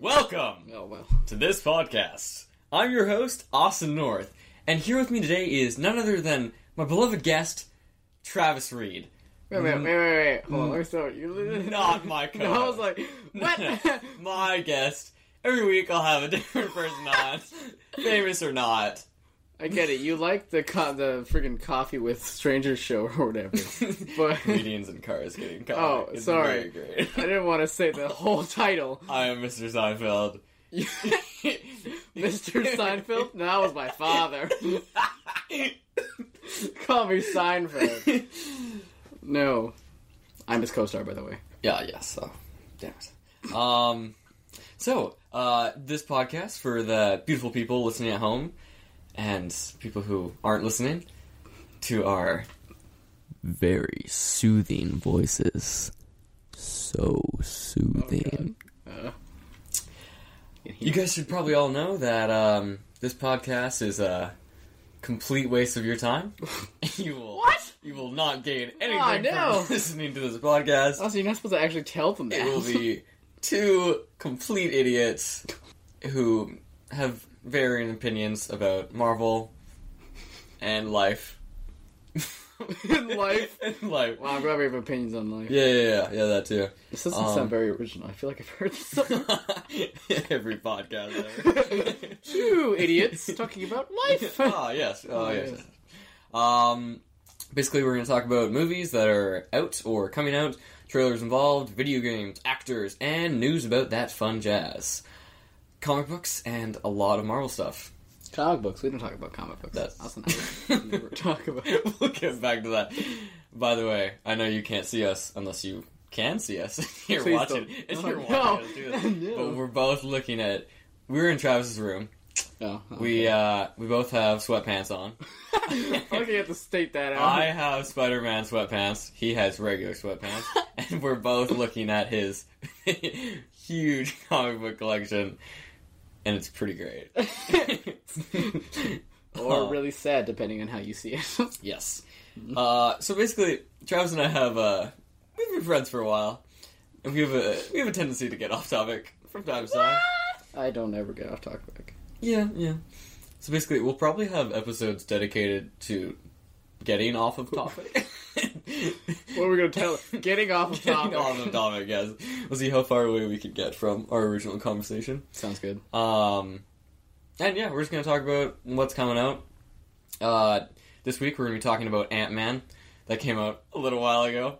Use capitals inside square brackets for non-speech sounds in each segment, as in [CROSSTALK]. Welcome Oh well. to this podcast. I'm your host, Austin North, and here with me today is none other than my beloved guest, Travis Reed. [LAUGHS] Wait, wait, wait, wait, wait. Hold Mm. on. Let me start. You Not my [LAUGHS] co No, [LAUGHS] I was like, [LAUGHS] what? my guest. Every week I'll have a [LAUGHS] different person [LAUGHS] on, famous or not. I get it. You like the co- the freaking coffee with strangers show or whatever, but [LAUGHS] I Comedians and cars getting caught. Oh, It's sorry. Very great. [LAUGHS] didn't want to say the whole title. I am Mr. Seinfeld. [LAUGHS] [LAUGHS] Mr. Seinfeld? No, that was my father. [LAUGHS] Call me Seinfeld. No, I'm his co-star, by the way. Yeah, yeah, so. Damn it. Um, so, uh, this podcast for the beautiful people listening at home and people who aren't listening to our very soothing voices. So soothing. Uh. you guys should probably all know that um, this podcast is a complete waste of your [LAUGHS] time. you will What? Oh, You will not gain anything no. Oh, from [LAUGHS] listening to this podcast. Also, you're not supposed to actually tell them that. It will [LAUGHS] be two complete idiots who have varying opinions about Marvel and life. In life. [LAUGHS] and life. Wow, I probably have opinions on life. Yeah, yeah, yeah, yeah, that too. This doesn't Um, sound very original. I feel like [LAUGHS] I've heard this. Every podcast [LAUGHS] ever. you idiots talking about [LAUGHS] life. oh, yes. Oh, Oh, yes. yes. Um, basically, we're going to talk about movies that are out or coming out, trailers involved, video games, actors, and news about that fun jazz. Comic books and a lot of Marvel stuff. [LAUGHS] comic books. We don't talk about comic books. That's- That's not never [LAUGHS] talk about. we'll get back to that. By the way, I know you can't see us unless you can see us. [LAUGHS] you're Please watching. don't. If Oh, you're no. watching us [LAUGHS] do this. No. But we're both looking at. We're in Travis's room. No, okay. We [LAUGHS] uh, we both have sweatpants on. okay, you have to state that out. [LAUGHS] I have Spider Man sweatpants. He has regular sweatpants, and we're both looking at his [LAUGHS] huge comic book collection, and it's pretty great. [LAUGHS] Uh, or Oh. really sad, depending on how you see it. [LAUGHS] Yes. Uh, so basically, Travis and I have uh, we've been friends for a while, and we have a we have a tendency to get off topic from time to time. I don't ever get off topic. Yeah, yeah. So basically, we'll probably have episodes dedicated to getting off of topic. What are we [LAUGHS] gonna tell? Getting off of Getting topic. off of topic, guys. We'll see how far away we can get from our original conversation. Sounds good. Um, and yeah, we're just gonna talk about what's coming out. Uh, this week we're gonna be talking about Ant Man that came out a little while ago.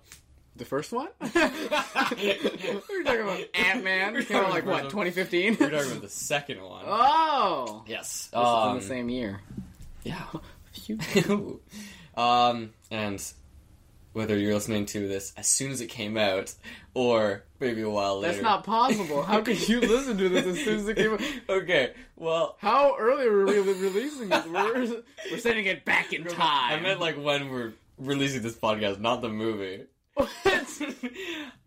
The first [LAUGHS] one. we were talking about Ant Man. Came out like what, 2015? We're talking about the second one. [LAUGHS] Oh, yes. this Um, is in the same year. Yeah. Phew. Ooh. [LAUGHS] um, and whether you're listening to this as soon as it came out or maybe a while later. That's not [LAUGHS] possible. How [LAUGHS] could you listen to this as soon as it came out? okay. Well, How early were we releasing [LAUGHS] this? We're, we're sending it back in time. I meant [LAUGHS] like when we're releasing this podcast, not the movie.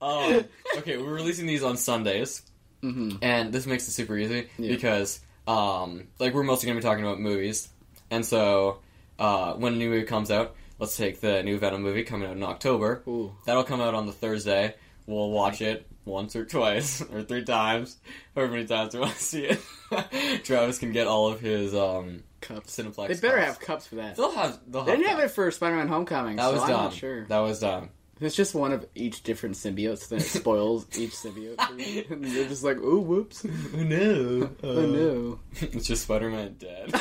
um, okay, we're releasing these on Sundays, Mhm. and this makes it super easy Yeah. because, um, like, we're mostly going to be talking about movies, and so uh, when a new movie comes out, let's take the new Venom movie coming out in October. Ooh. That'll come out on the Thursday. We'll watch it once or twice [LAUGHS] or three times, however many times we want to see it. [LAUGHS] Travis can get all of his um, Cups. Cineplex. They better cups. have cups for that. They'll have. They'll They have didn't have that. it for Spider-Man: Homecoming. That so was I'm dumb. not sure. That was dumb. It's just one of each different [LAUGHS] symbiote, so then it spoils each symbiote. and you're just like, ooh, whoops. Oh no! Oh no. [LAUGHS] It's just Spider-Man [LAUGHS] dead.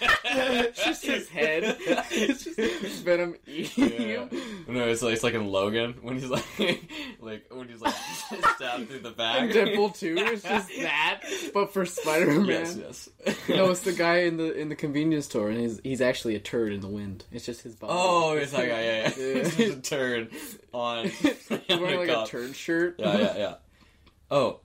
It's just [LAUGHS] his head. [LAUGHS] It's just Venom E eating Yeah. him. No, it's like it's like in Logan when he's like, [LAUGHS] like when he's like [LAUGHS] stabbed through the back. And Deadpool 2 [LAUGHS] is just that, but for Spider-Man. Yes, yes. No, it's the guy in the in the convenience store, and he's he's actually a turd in the wind. It's just his body. [LAUGHS] Oh, it's like yeah, yeah. [LAUGHS] Yeah. It's just a turn on. [LAUGHS] He's [LAUGHS] wearing on like the a cop. turd shirt. Yeah, [LAUGHS] yeah, yeah. Oh,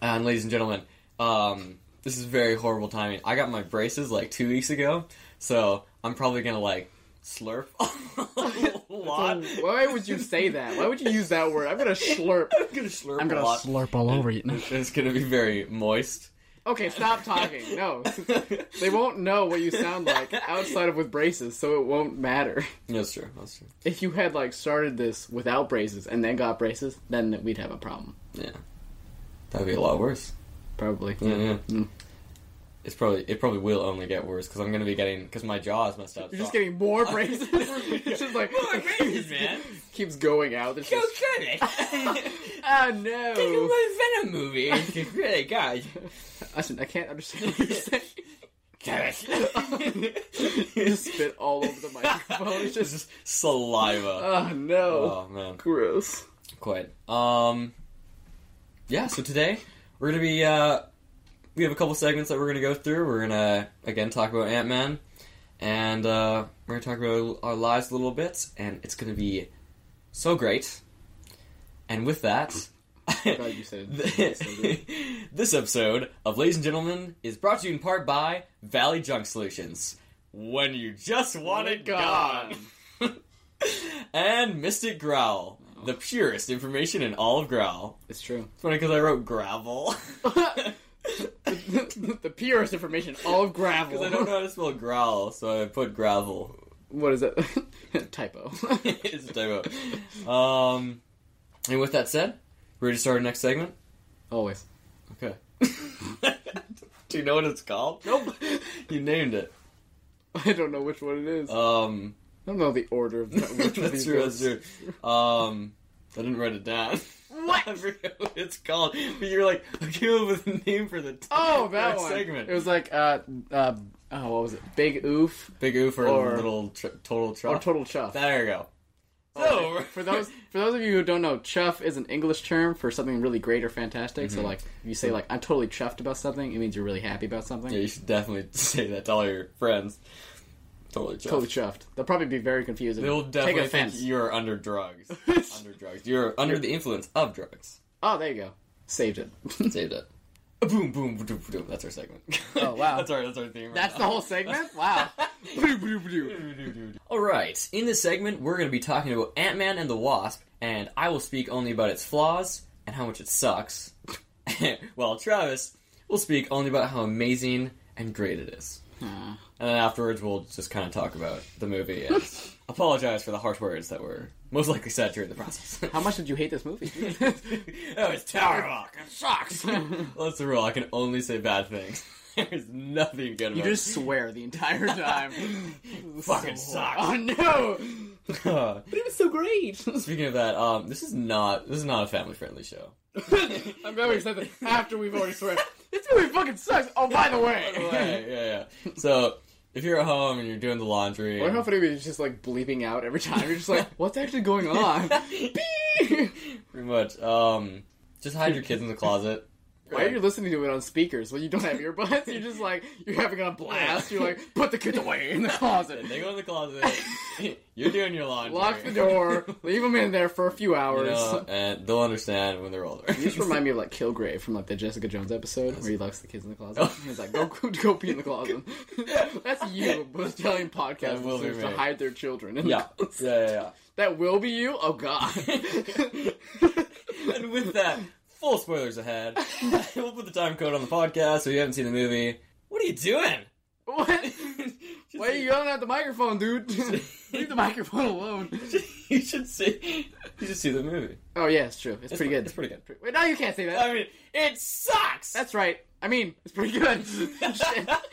and ladies and gentlemen, um, this is very horrible timing. I got my braces like two weeks ago, so I'm probably gonna like slurp [LAUGHS] a lot. So why would you say that? Why would you use that word? I'm gonna slurp. [LAUGHS] I'm gonna slurp a lot. slurp all over you. [LAUGHS] it's gonna be very moist. Okay, stop talking. [LAUGHS] No, they won't know what you sound like outside of with braces, so it won't matter. That's true. That's true. If you had like started this without braces and then got braces, then we'd have a problem. Yeah, that'd be a lot worse. probably. Yeah, yeah. Mm. It's probably it probably will only get worse because I'm gonna be getting because my jaw is messed up. You're just getting [LAUGHS] more braces. it's just like More braces, [LAUGHS] man. Keeps going out. There's Go [LAUGHS] just, credit. [LAUGHS] ah Take no. a Venom movie. Really, God. [LAUGHS] Listen, I can't understand what you're saying. [LAUGHS] You just Just spit all over the microphone. It's just, saliva. oh no, Oh man, gross. quite. Um, yeah. So today we're gonna be uh, we have a couple segments that we're gonna go through. We're gonna again talk about Ant Man, and uh, we're gonna talk about our lives a little bit, and it's gonna be so great. And with that, God, [LAUGHS] you said it. So good. this episode of Ladies and Gentlemen is brought to you in part by Valley Junk Solutions. When you just want it gone. and Mystic Growl, the Oh. purest information in all of Growl. It's true. [LAUGHS] It's funny because I wrote gravel. Because the purest information, [LAUGHS] all [LAUGHS] of gravel. I don't know how to spell growl, so I put gravel. What is that? [LAUGHS] Typo. [LAUGHS] it's a typo. Um, and with that said, ready to start our next segment? Always. Okay. [LAUGHS] Do you know what it's called? Nope. [LAUGHS] You named it. [LAUGHS] I don't know which one it is. Um, I don't know the order of that. [LAUGHS] [LAUGHS] Which of that's these true. goes. That's true. Um, I didn't write it down. What? [LAUGHS] I forget what it's called. But you're like, I came up with a name for the t- [LAUGHS] Oh, for that our one. segment. It was like uh, uh, oh, what was it? Big oof Big oof or, or- little tr- Oh, total or truck. total chuff. there you go. Oh, for those for those of you who don't know, chuff is an English term for something really great or fantastic. Mm-hmm. So like if you say like I'm totally chuffed about something, it means you're really happy about [LAUGHS] something. yeah, you should definitely [LAUGHS] say that to all your friends. Totally chuffed. Totally chuffed. They'll probably be very confused. and They'll take definitely think offense. you're under [LAUGHS] drugs. under drugs. You're under the influence of drugs. Oh, there you go. Saved it. Saved it. Boom, boom, boom, boom, boom. That's our segment. Oh, [LAUGHS] wow. that's our that's our theme. Right That's the now. whole segment. [LAUGHS] Wow. All right, in this segment, we're going to be talking about Ant Man and the Wasp, and I will speak only about its flaws and how much it sucks, [LAUGHS] while Travis will speak only about how amazing and great it is. And then afterwards, we'll just kind of talk about the movie [LAUGHS] and apologize for the harsh words that were most likely said during the process. How much did you hate this [LAUGHS] movie? [LAUGHS] that was terrible. [LAUGHS] It sucks. well, that's the rule. I can only say bad things. [LAUGHS] There's nothing good about you just swear the entire time. [LAUGHS] Fucking So- [LAUGHS] sucks. Oh no! [LAUGHS] [LAUGHS] it. But it was so great. [LAUGHS] Speaking of that, um, this is not this is not a family friendly [LAUGHS] show. I'm glad we said that after we've already swear. [LAUGHS] This movie fucking sucks. Oh, by the way. [LAUGHS] yeah, [LAUGHS] yeah, yeah. So if you're at home and you're doing the laundry, Or how funny it's just like bleeping out every time. You're just like, [LAUGHS] what's actually going on? [LAUGHS] Beep. pretty much, um, just hide your kids in the closet. Why are you listening to it on speakers when you don't have earbuds? You're just like, you're having a blast. You're like, put the kids away in the closet. [LAUGHS] They go in the closet. [LAUGHS] you're doing your laundry. Lock the door. Leave them in there for a [LAUGHS] few [LAUGHS] You hours. know, and they'll understand when they're older. You just remind me of like Kilgrave from like the Jessica Jones episode where he locks the kids in the closet. Oh. He's like, go go pee in [LAUGHS] the closet. That's you, but telling podcast That will be listeners to me. hide their children. In the [LAUGHS] yeah, closet. yeah, yeah. that will be you. [LAUGHS] Oh god. [LAUGHS] yeah. and with that, full spoilers ahead. [LAUGHS] we'll put the time code on the podcast so you haven't seen the movie. What are you doing? [LAUGHS] what? Just Why are you yelling at the microphone, dude? [LAUGHS] Leave the microphone alone. [LAUGHS] you should see. You should see the movie. Oh yeah, it's true. It's, pretty pre- good. It's pretty good. Wait, no, you can't say that. [LAUGHS] I mean, it sucks. [LAUGHS] That's right. I mean, it's pretty good.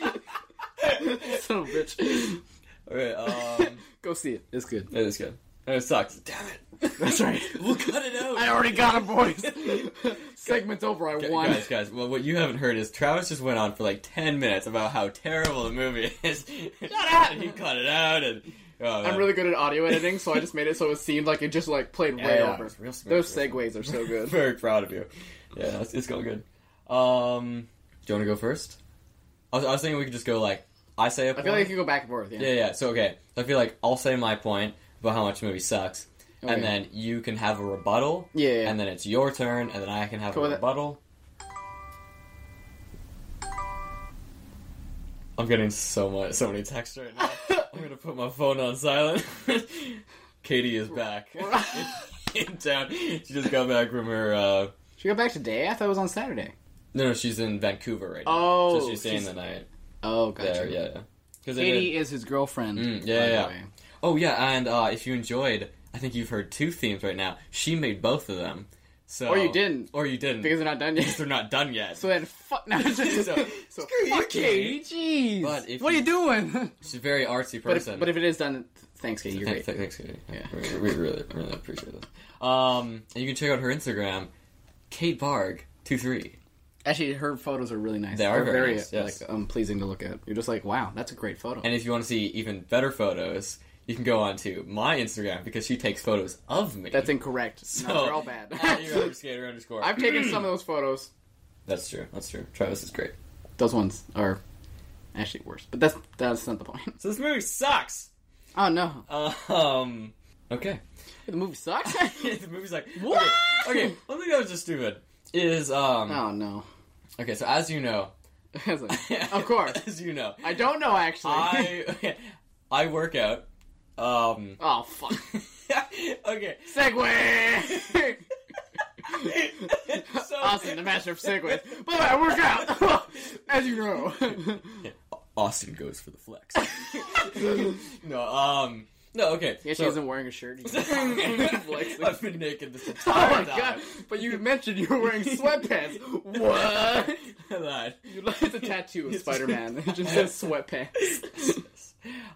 [LAUGHS] Shit. Son of a bitch. okay. [LAUGHS] Um, Go see it. It's good. it is good. And it sucks. Damn it. That's [LAUGHS] right. We'll cut it out. I already got him, boys. [LAUGHS] Segment's over. I Gu- won. Guys, guys. Well, what you haven't heard is Travis just went on for like ten minutes about how terrible the movie [LAUGHS] is. Shut up! And he cut it out, and oh, I'm man. really good at audio editing, so I just made it so it seemed like it just like played Yeah, way yeah, over. it's real smooth, Those real segues [LAUGHS] are so good. very proud of you. Yeah, it's, it's going good. Um, do you want to go first? I was, I was thinking we could just go like I say a I point. feel like you can go back and forth. Yeah. Yeah, yeah. So okay, so I feel like I'll say my point about how much the movie sucks, Okay. and then you can have a rebuttal. Yeah, yeah. And then it's your turn, and then I can have Go a with it. rebuttal. I'm getting so much, so many texts right [LAUGHS] now. I'm gonna put my phone on silent. [LAUGHS] Katie is back [LAUGHS] in town. She just got back from her. Uh... [LAUGHS] Should we go back today? I thought it was on Saturday. No, no, she's in Vancouver right now. Oh, so she's staying she's the night Oh, gotcha. there. Yeah, yeah. 'Cause they did- Katie is his girlfriend. Mm, yeah, by the yeah. way. Oh yeah, and uh, if you enjoyed, I think you've heard two themes right now. She made both of them. So Or you didn't. Or you didn't. because they're not done [LAUGHS] Because yet. they're not done yet. So then, fuck. No, just, [LAUGHS] So- so, Screw you, fuck Katie. Jeez. But if what you- are [LAUGHS] you doing? She's a very artsy but, if, person. but if it is done, thanks, Katie. [LAUGHS] You're Thank- th- great. thanks, Katie. Yeah. We, we really, really appreciate this. Um, and you can check out her Instagram, Kate Barg two three. Actually, her photos are really nice. They are They're very nice, yes. like um, pleasing to look at. You're just like, wow, that's a great photo. And if you want to see even better photos, you can go on to my Instagram because she takes photos of me. that's incorrect. So, no, they're all [LAUGHS] bad. at your underskater underscore. [LAUGHS] I've [CLEARS THROAT] taken some of those photos. That's true. That's true. Travis is great. Those ones are actually worse, but that's that's not the point. [LAUGHS] So this movie sucks. Oh no, Um. Okay. the movie sucks. [LAUGHS] [LAUGHS] the movie's like What? Okay. okay, One thing that was just stupid is um. oh no, [LAUGHS] Okay. So as you know, I was like, of course. [LAUGHS] as you know, I don't know actually. I okay, I work out. Um. [LAUGHS] [LAUGHS] oh fuck. okay. [LAUGHS] Segway. so, Austin, the master of segways. But I work out, [LAUGHS] as you know. [LAUGHS] Austin goes for the flex. [LAUGHS] no. Um. No. Okay. yeah, she so- isn't wearing a shirt. [LAUGHS] [LAUGHS] Flexing. I've been naked this Oh entire my god! time. [LAUGHS] But you mentioned you were [LAUGHS] wearing sweatpants. [LAUGHS] what? I lied. You like the tattoo [LAUGHS] of Spider Man. It just says sweatpants.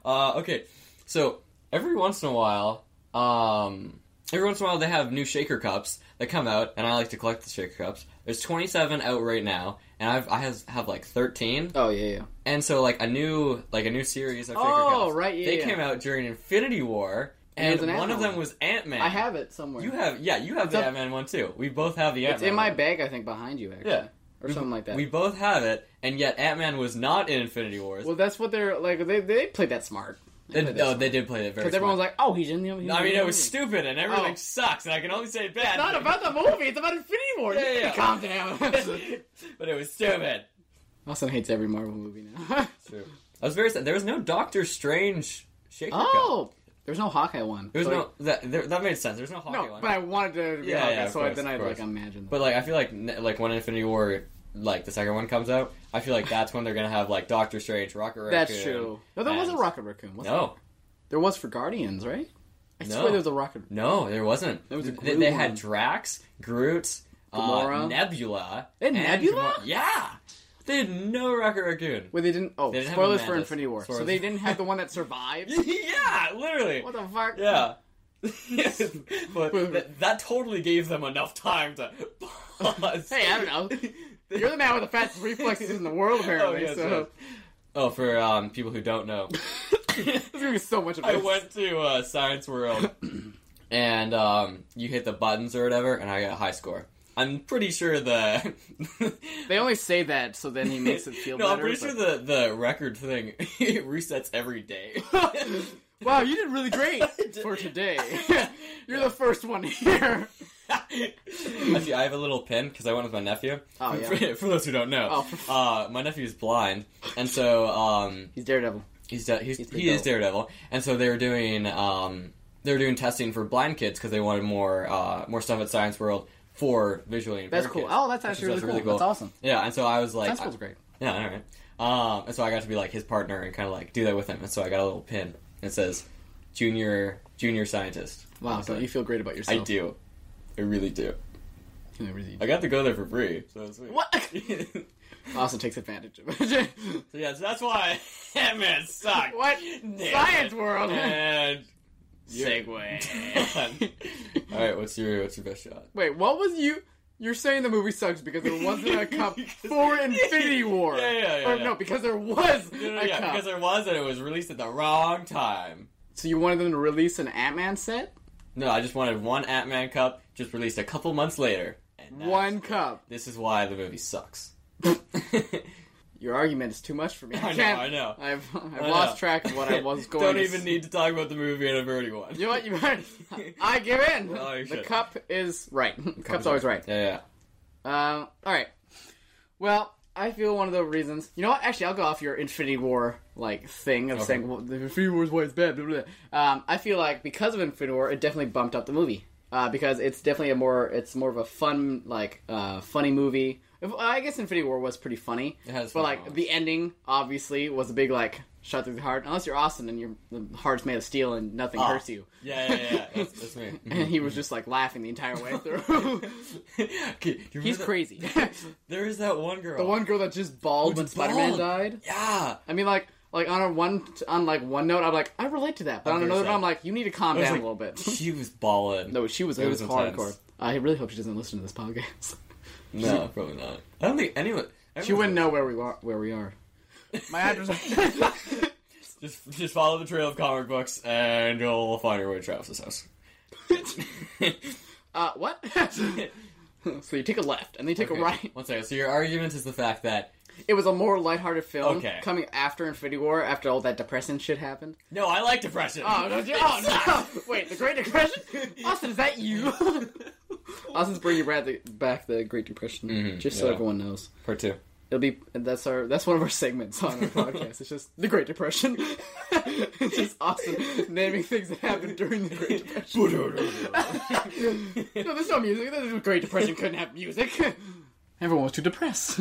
Uh, okay, so every once in a while, um, every once in a while they have new shaker cups that come out, and I like to collect the shaker cups. There's 27 out right now, and I've, I has, have like 13, Oh yeah, yeah. and so like a new like a new series of shaker Oh, cups. right, yeah, They yeah. came out during Infinity War, and there's an one of Ant-Man them one. was Ant Man. I have it somewhere. You have yeah, you have the up- Ant Man one too. We both have the Ant Man. it's in my bag, I think, behind you actually, Yeah. or something like that. We both have it, and yet Ant Man was not in Infinity Wars. well, that's what they're like. They they played that smart. They, no, they did play it very. Because everyone was like, "Oh, he's in the." He's smart. I in mean, the it was movie. stupid, and everything Oh. sucks, and I can only say bad. It's not about the movie. It's about Infinity War. Yeah, yeah, yeah. [LAUGHS] [LAUGHS] Calm down. [LAUGHS] but it was stupid. Austin hates every Marvel movie now. [LAUGHS] True. I was very sad. There was no Doctor Strange shaker cup. oh, there's no Hawkeye one. There was So- no that. There, that made sense. There was no Hawkeye No, one. but I wanted to be Yeah, Hawkeye, yeah, of so course, then I of course. like imagine. But like, I feel like ne- like when Infinity War, like the second one comes out, I feel like that's when they're gonna have like Doctor Strange, Rocket Raccoon. That's true. No, there was a and- Rocket Raccoon. Was No, There was for Guardians, right? I No. swear there was a Rocket. no, there wasn't. There was a Th- Groot they had one. Drax, Groot, uh, Gamora. Nebula. They had and Nebula? Gamora. Yeah, they had no Rocket Raccoon. Wait, they didn't. Oh, They didn't have spoilers for Amanda's. Infinity War. So Spoilers. they didn't have the one that [LAUGHS] survived. yeah, literally. what the fuck? Yeah. [LAUGHS] but th- that totally gave them enough time to pause. Hey, I don't know. You're the man with the [LAUGHS] fastest reflexes in the world, apparently. Oh, yes, so Oh, for um, people who don't know, there's gonna be so much of [LAUGHS] this. I went to uh, Science [CLEARS THROAT] World, and um, you hit the buttons or whatever, and I got a high score. I'm pretty sure the [LAUGHS] They only say that so then he makes it feel no, better. I'm pretty sure but- the the record thing [LAUGHS] it resets every day. wow, you did [LAUGHS] really great for today. [LAUGHS] You're the first one here. Actually, I have a little pin because I went with my nephew. Oh, [LAUGHS] for, yeah. Oh. for those who don't know, uh, my nephew is blind, and so um, He's Daredevil. he's, de- he's, He's the he is devil. Daredevil, and so they were doing um, they were doing testing for blind kids because they wanted more uh, more stuff at Science World for visually impaired That's cool. kids, Oh, that's which actually is- really, cool. That's awesome. Yeah, and so I was like, That's cool's great. yeah, all right. Um, and so I got to be like his partner and kind of like do that with him, and so I got a little pin that says junior junior scientist. Wow, And so so you feel great about I yourself. do. I really do. You know, really- I got to go there for free, so it's sweet. What? [LAUGHS] so Austin takes advantage of [LAUGHS] it. yeah, so that's why [LAUGHS] Ant-Man sucked. what? Ah, Damn Science it. Eh, world. [LAUGHS] And Segway. all right, what's your what's your best shot? [LAUGHS] Wait, what was you? You're saying the movie sucks because there wasn't [LAUGHS] a cup for Infinity War. Yeah, yeah, yeah, Or yeah. no, because there was No, no, a yeah, cup. because there was, and it was released at the wrong time. So you wanted them to release an Ant Man set? No, I just wanted one Ant-Man cup, just released a couple months later. And that's- One cup. This is why the movie [LAUGHS] sucks. [LAUGHS] Your argument is too much for me. I know, can't- I know. I've I've I lost know. track of what I was [LAUGHS] going. Don't to even s- need to talk about the movie and I've already won. You know what? You [LAUGHS] [LAUGHS] heard. I give in. Oh, you the should. cup is right. [LAUGHS] Cup's is always right. Yeah, yeah. Um. all right. Well, I feel one of the reasons. You know what? Actually, I'll go off your Infinity War like thing of Okay. saying well, the Infinity War is why it's bad. Blah, blah. Um, I feel like because of Infinity War, it definitely bumped up the movie. uh, because it's definitely a more it's more of a fun like uh, funny movie. If- I guess Infinity War was pretty funny, It has but funny like moments. the ending obviously was a big like shot through the heart. Unless you're Austin and your the heart's made of steel and nothing Ah. hurts you. Yeah, yeah, yeah. That's, that's me. [LAUGHS] [LAUGHS] And he was just like laughing the entire way through. Okay, do you remember He's that- [LAUGHS] crazy. There is that one girl. the one girl that just bawled Who's when Spider Man bald. died. Yeah. I mean, like, like on a one, on like one note, I'm like, I relate to that, but on Okay, another so- note, I'm like, you need to calm I was down like, a little [LAUGHS] bit. [LAUGHS] She was balling. No, she was it, It was, was intense. hardcore. I really hope she doesn't listen to this podcast. [LAUGHS] No, probably not. I don't think anyone. she wouldn't know where we are. Where [LAUGHS] we are. My [LAUGHS] address. Just, just follow the trail of comic books, and you'll find your way to Travis's house. uh, what? [LAUGHS] so you take a left and then you take Okay, a [LAUGHS] right. [LAUGHS] [LAUGHS] One second. So your argument is the fact that It was a more lighthearted film Okay. coming after Infinity War, after all that depressing shit happened. no, I like depression. Oh, no, oh [LAUGHS] no! Wait, the Great Depression? Austin, is that you? [LAUGHS] Austin's bringing back the, back the Great Depression, just so Mm-hmm, yeah. everyone knows. Part two. It'll be that's our that's one of our segments [LAUGHS] on our podcast. It's just the Great Depression. [LAUGHS] it's just Austin naming things that happened during the Great Depression. [LAUGHS] no, there's no music. The Great Depression couldn't have music. [LAUGHS] Everyone was too depressed.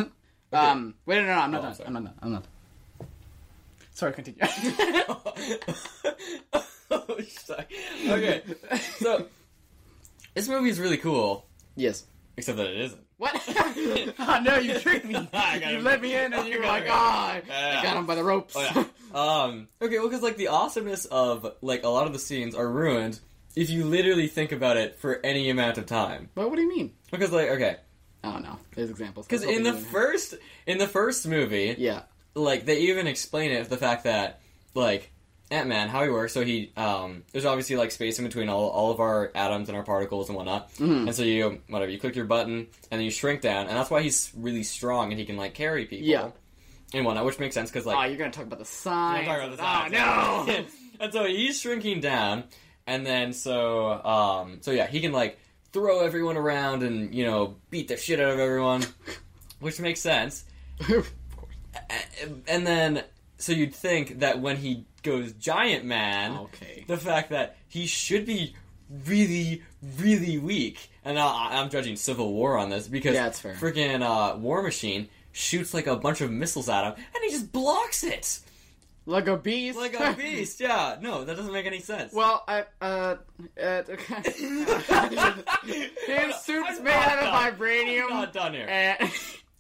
Um, wait, no, no, no, I'm not Oh, I'm done. sorry. I'm not done. I'm not. done. Sorry, continue. [LAUGHS] [LAUGHS] Oh, sorry. okay, so this movie is really cool, yes. except that it isn't. [LAUGHS] What? oh, no, you tricked me. I got You him. let me in, and you were I like, "Oh, got I Yeah. got him by the ropes." [LAUGHS] Oh, yeah. um, okay, well, because like the awesomeness of like a lot of the scenes are ruined if you literally think about it for any amount of time. But what do you mean? Because like, okay, I don't know. There's examples. because in the first in the first movie, yeah, like they even explain it the fact that like Ant Man how he works. So he um, there's obviously like space in between all all of our atoms and our particles and whatnot. And so you whatever you click your button and then you shrink down, and that's why he's really strong and he can like carry people. Yeah. And whatnot, which makes sense because like oh, you're gonna talk about the sign. I'm talking about this Oh no! no! [LAUGHS] and so he's shrinking down, and then so um so yeah, he can like throw everyone around and you know beat the shit out of everyone, which makes sense. [LAUGHS] [LAUGHS] of course. A- And then so you'd think that when he goes giant man, Okay. the fact that he should be really really weak, and I, I'm judging Civil War on this because Yeah, it's fair. freaking uh, War Machine shoots like a bunch of missiles at him, and he just blocks it Like a beast. like [LAUGHS] a beast. Yeah, no, that doesn't make any sense. [LAUGHS] well, [LAUGHS] I uh, uh [LAUGHS] okay. [LAUGHS] His suit's made out of I'm vibranium. not done here. And,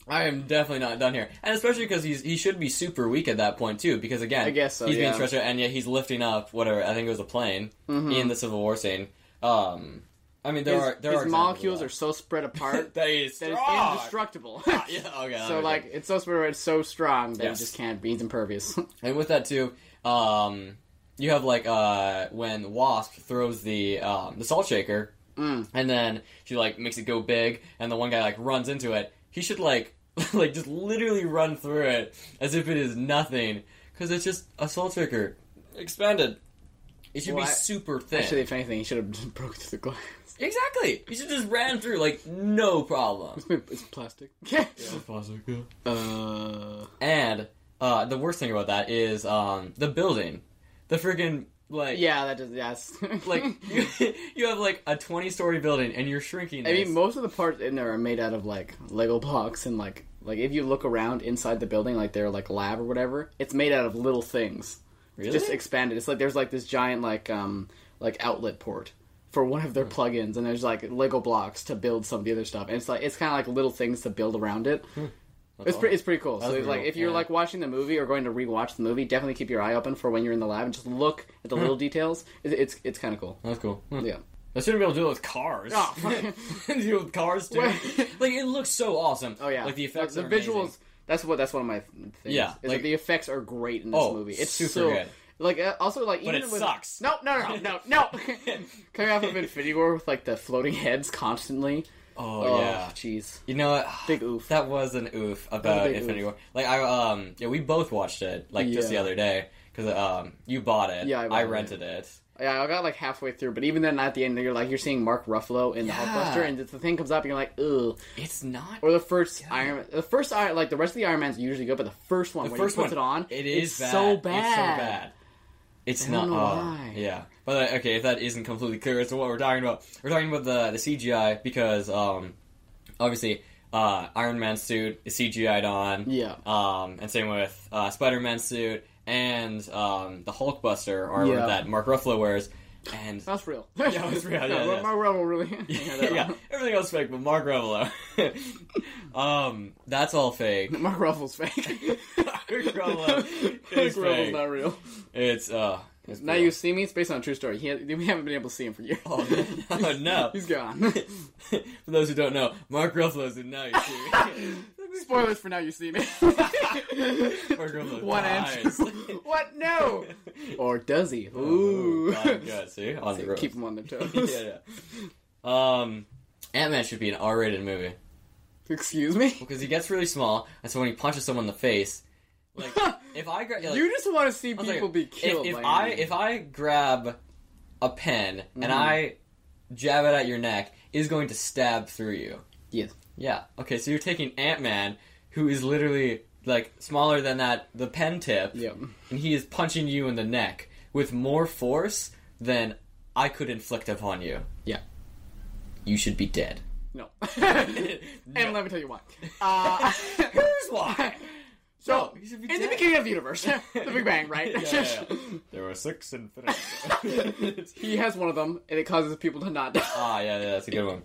I am definitely not done here, and especially because he's he should be super weak at that point too. Because again, I guess so, he's being yeah. Mm-hmm. stretched out, and yet he's lifting up whatever I think it was a plane in the Civil War scene. Um, I mean there his are there his are molecules are so [LAUGHS] spread apart that he's that strong. it's indestructible. [LAUGHS] [LAUGHS] yeah, okay. that So makes like sense. it's so spread apart, it's so strong that Yes. it just can't be impervious. [LAUGHS] and with that too, um, you have like uh when Wasp throws the um the salt shaker and then she like makes it go big and the one guy like runs into it he should like [LAUGHS] like just literally run through it as if it is nothing because it's just a salt shaker expanded it should Well, be I- super thin Actually, if anything, he should have just [LAUGHS] broken through the glass. [LAUGHS] exactly he should just ran through like no problem It's plastic. [LAUGHS] Uh, and uh, the worst thing about that is um, the building the friggin like yeah, that does. Yes. [LAUGHS] like you, you have like a 20 story building and you're shrinking I this. mean, most of the parts in there are made out of like Lego blocks and like like if you look around inside the building, like their like lab or whatever, it's made out of little things. really Just expanded. It's like there's like this giant like um like outlet port for one of their Hmm. plugins, and there's like Lego blocks to build some of the other stuff, and it's like it's kind of like little things to build around it. It's pretty, it's pretty cool. So Hmm. That's it's pretty like cool, if you're yeah. like watching the movie or going to rewatch the movie, definitely keep your eye open for when you're in the lab and just look at the little details. It, it's it's kind of cool. that's cool Hmm. Yeah. I shouldn't be able to do it with cars. [LAUGHS] Oh, fuck. deal with cars too. Wait. [LAUGHS] like it looks so awesome. Oh yeah, like the effects, the are visuals. amazing. That's what. That's one of my th- things. Yeah, is that like- the effects are great in this Oh, movie. It's super so, good. Like uh, also like But even it with, sucks. No, no, no, no, [LAUGHS] no. [LAUGHS] Coming off of Infinity War with like the floating heads constantly. Oh, Oh yeah, jeez, you know what? big [SIGHS] oof. That was an oof about big Infinity oof. War. Like I um yeah we both watched it like just the Yeah. other day because um you bought it Yeah, I bought it. rented it. Yeah, I got like halfway through, but even then at the end, you're like you're seeing Mark Ruffalo in the Yeah. Hulkbuster, and the thing comes up, and you're like, ugh. It's not Or the first Iron, Man, the first Iron, like the rest of the Iron Man's usually good, but the first one, the when first he puts one it on, It it's is bad. so It's so bad. It's I not. don't know oh, why. Yeah, By the way, okay, if that isn't completely clear as to what we're talking about, we're talking about the the CGI because um, obviously uh, Iron Man's suit is CGI'd on. Yeah. Um, and same with uh, Spider Man's suit and um, the Hulkbuster armor Yeah. that Mark Ruffalo wears. [LAUGHS] And [LAUGHS] That's real. Yeah, it's real, yeah, no, yeah. Mark Ruffalo really. [LAUGHS] [LAUGHS] yeah, everything else fake, but Mark Ruffalo. [LAUGHS] um, that's all fake. [LAUGHS] Mark Ruffalo's fake. [LAUGHS] Mark Ruffalo is [LAUGHS] Mark Ruffalo's fake. not real. It's uh, it's Now you see me. It's based on a true story. He, we haven't been able to see him for years. Oh, no, no. [LAUGHS] he's gone. [LAUGHS] For those who don't know, Mark Ruffalo's in Now You See Spoilers for now. You see me. [LAUGHS] Mark Ruffalo One dies. Oh, answer. [LAUGHS] what? [LAUGHS] [LAUGHS] No. Oh, Or does he? Ooh, Ooh. God, [LAUGHS] God, see, on the road. Keep him on their toes. [LAUGHS] yeah, yeah. Um, Ant Man should be an R rated movie Excuse me. because he gets really small, and so when he punches someone in the face, [LAUGHS] like if I grab, like, you just want to see I people was like, be killed. If, if by I Ant-Man. if I grab a pen Mm-hmm. and I jab it at your neck, it is going to stab through you. yes, Yeah. Okay, so you're taking Ant Man, who is literally like smaller than that the pen tip, yeah, [LAUGHS] and he is punching you in the neck with more force than I could inflict upon you. yeah, You should be dead. no. [LAUGHS] No. [LAUGHS] And let me tell you why. Uh, [LAUGHS] Here's why. so, No, you should be in the dead. beginning of the universe, [LAUGHS] the Big [LAUGHS] Bang, [LAUGHS] right? Yeah, yeah, yeah. There were six infinite. he has one of them, and it causes people to not [LAUGHS] die. [LAUGHS] ah, yeah, yeah, that's a good one.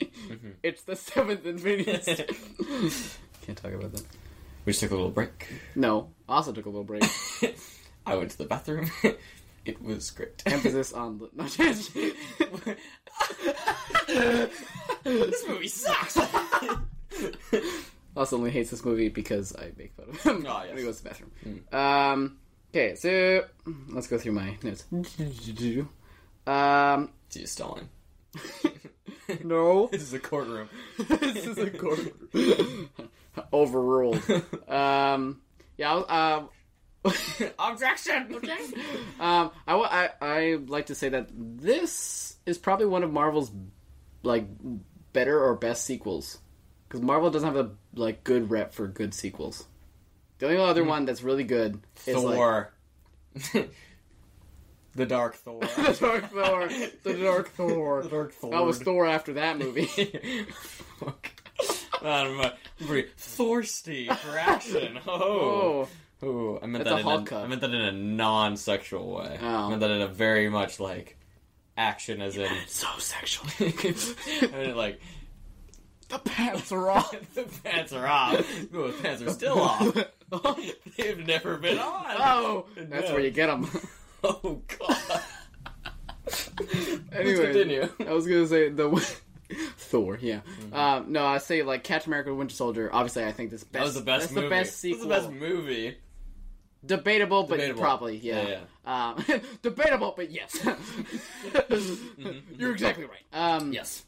It's the seventh infinity. [LAUGHS] Can't talk about that. We just took a little break. [LAUGHS] No, also took a little [LAUGHS] break. I went to the bathroom. [LAUGHS] it was great. [LAUGHS] Emphasis on [LAUGHS] the. No, this movie [LAUGHS] sucks. also only hates this movie because I make fun of him Ah, yes. when [LAUGHS] he goes to the bathroom. Um, okay, so let's go through my notes. Um, [LAUGHS] Dude, stalling. no, This is a courtroom. [LAUGHS] this is a court [LAUGHS] overruled. Um, yeah, uh, I was, um, [LAUGHS] Objection. um, I, wa- I I like to say that this is probably one of Marvel's like better or best sequels because Marvel doesn't have a like good rep for good sequels. The only other one that's really good is like Thor. the Dark [LAUGHS] Thor. [LAUGHS] the Dark Thor. The Dark Thor. The Dark Thor. [LAUGHS] That was Thor after that [LAUGHS] movie. [LAUGHS] Fuck. I'm [LAUGHS] uh, pretty thirsty for action. [LAUGHS] Oh. oh, oh. I meant that That's a in Hulk a, cut. I meant that in a non-sexual way. Oh. I meant that in a very much like action as [LAUGHS] in [LAUGHS] so sexual. I meant it like the pants are off. [LAUGHS] the pants are off. [LAUGHS] No, the pants are still off. [LAUGHS] Oh They've never been on. oh, that's No. where you get them. [LAUGHS] [LAUGHS] Oh, god. Let's anyway, continue. Mm-hmm. I was gonna say the [LAUGHS] Thor. Yeah. Um, no, I say like Captain America: Winter Soldier. Obviously, I think this best, That was the best that's movie. the best That was sequel. the best movie. Debatable, but Debatable. probably yeah. Yeah, Um, [LAUGHS] debatable, but yes. [LAUGHS] Mm-hmm. You're exactly right. Um, Yes.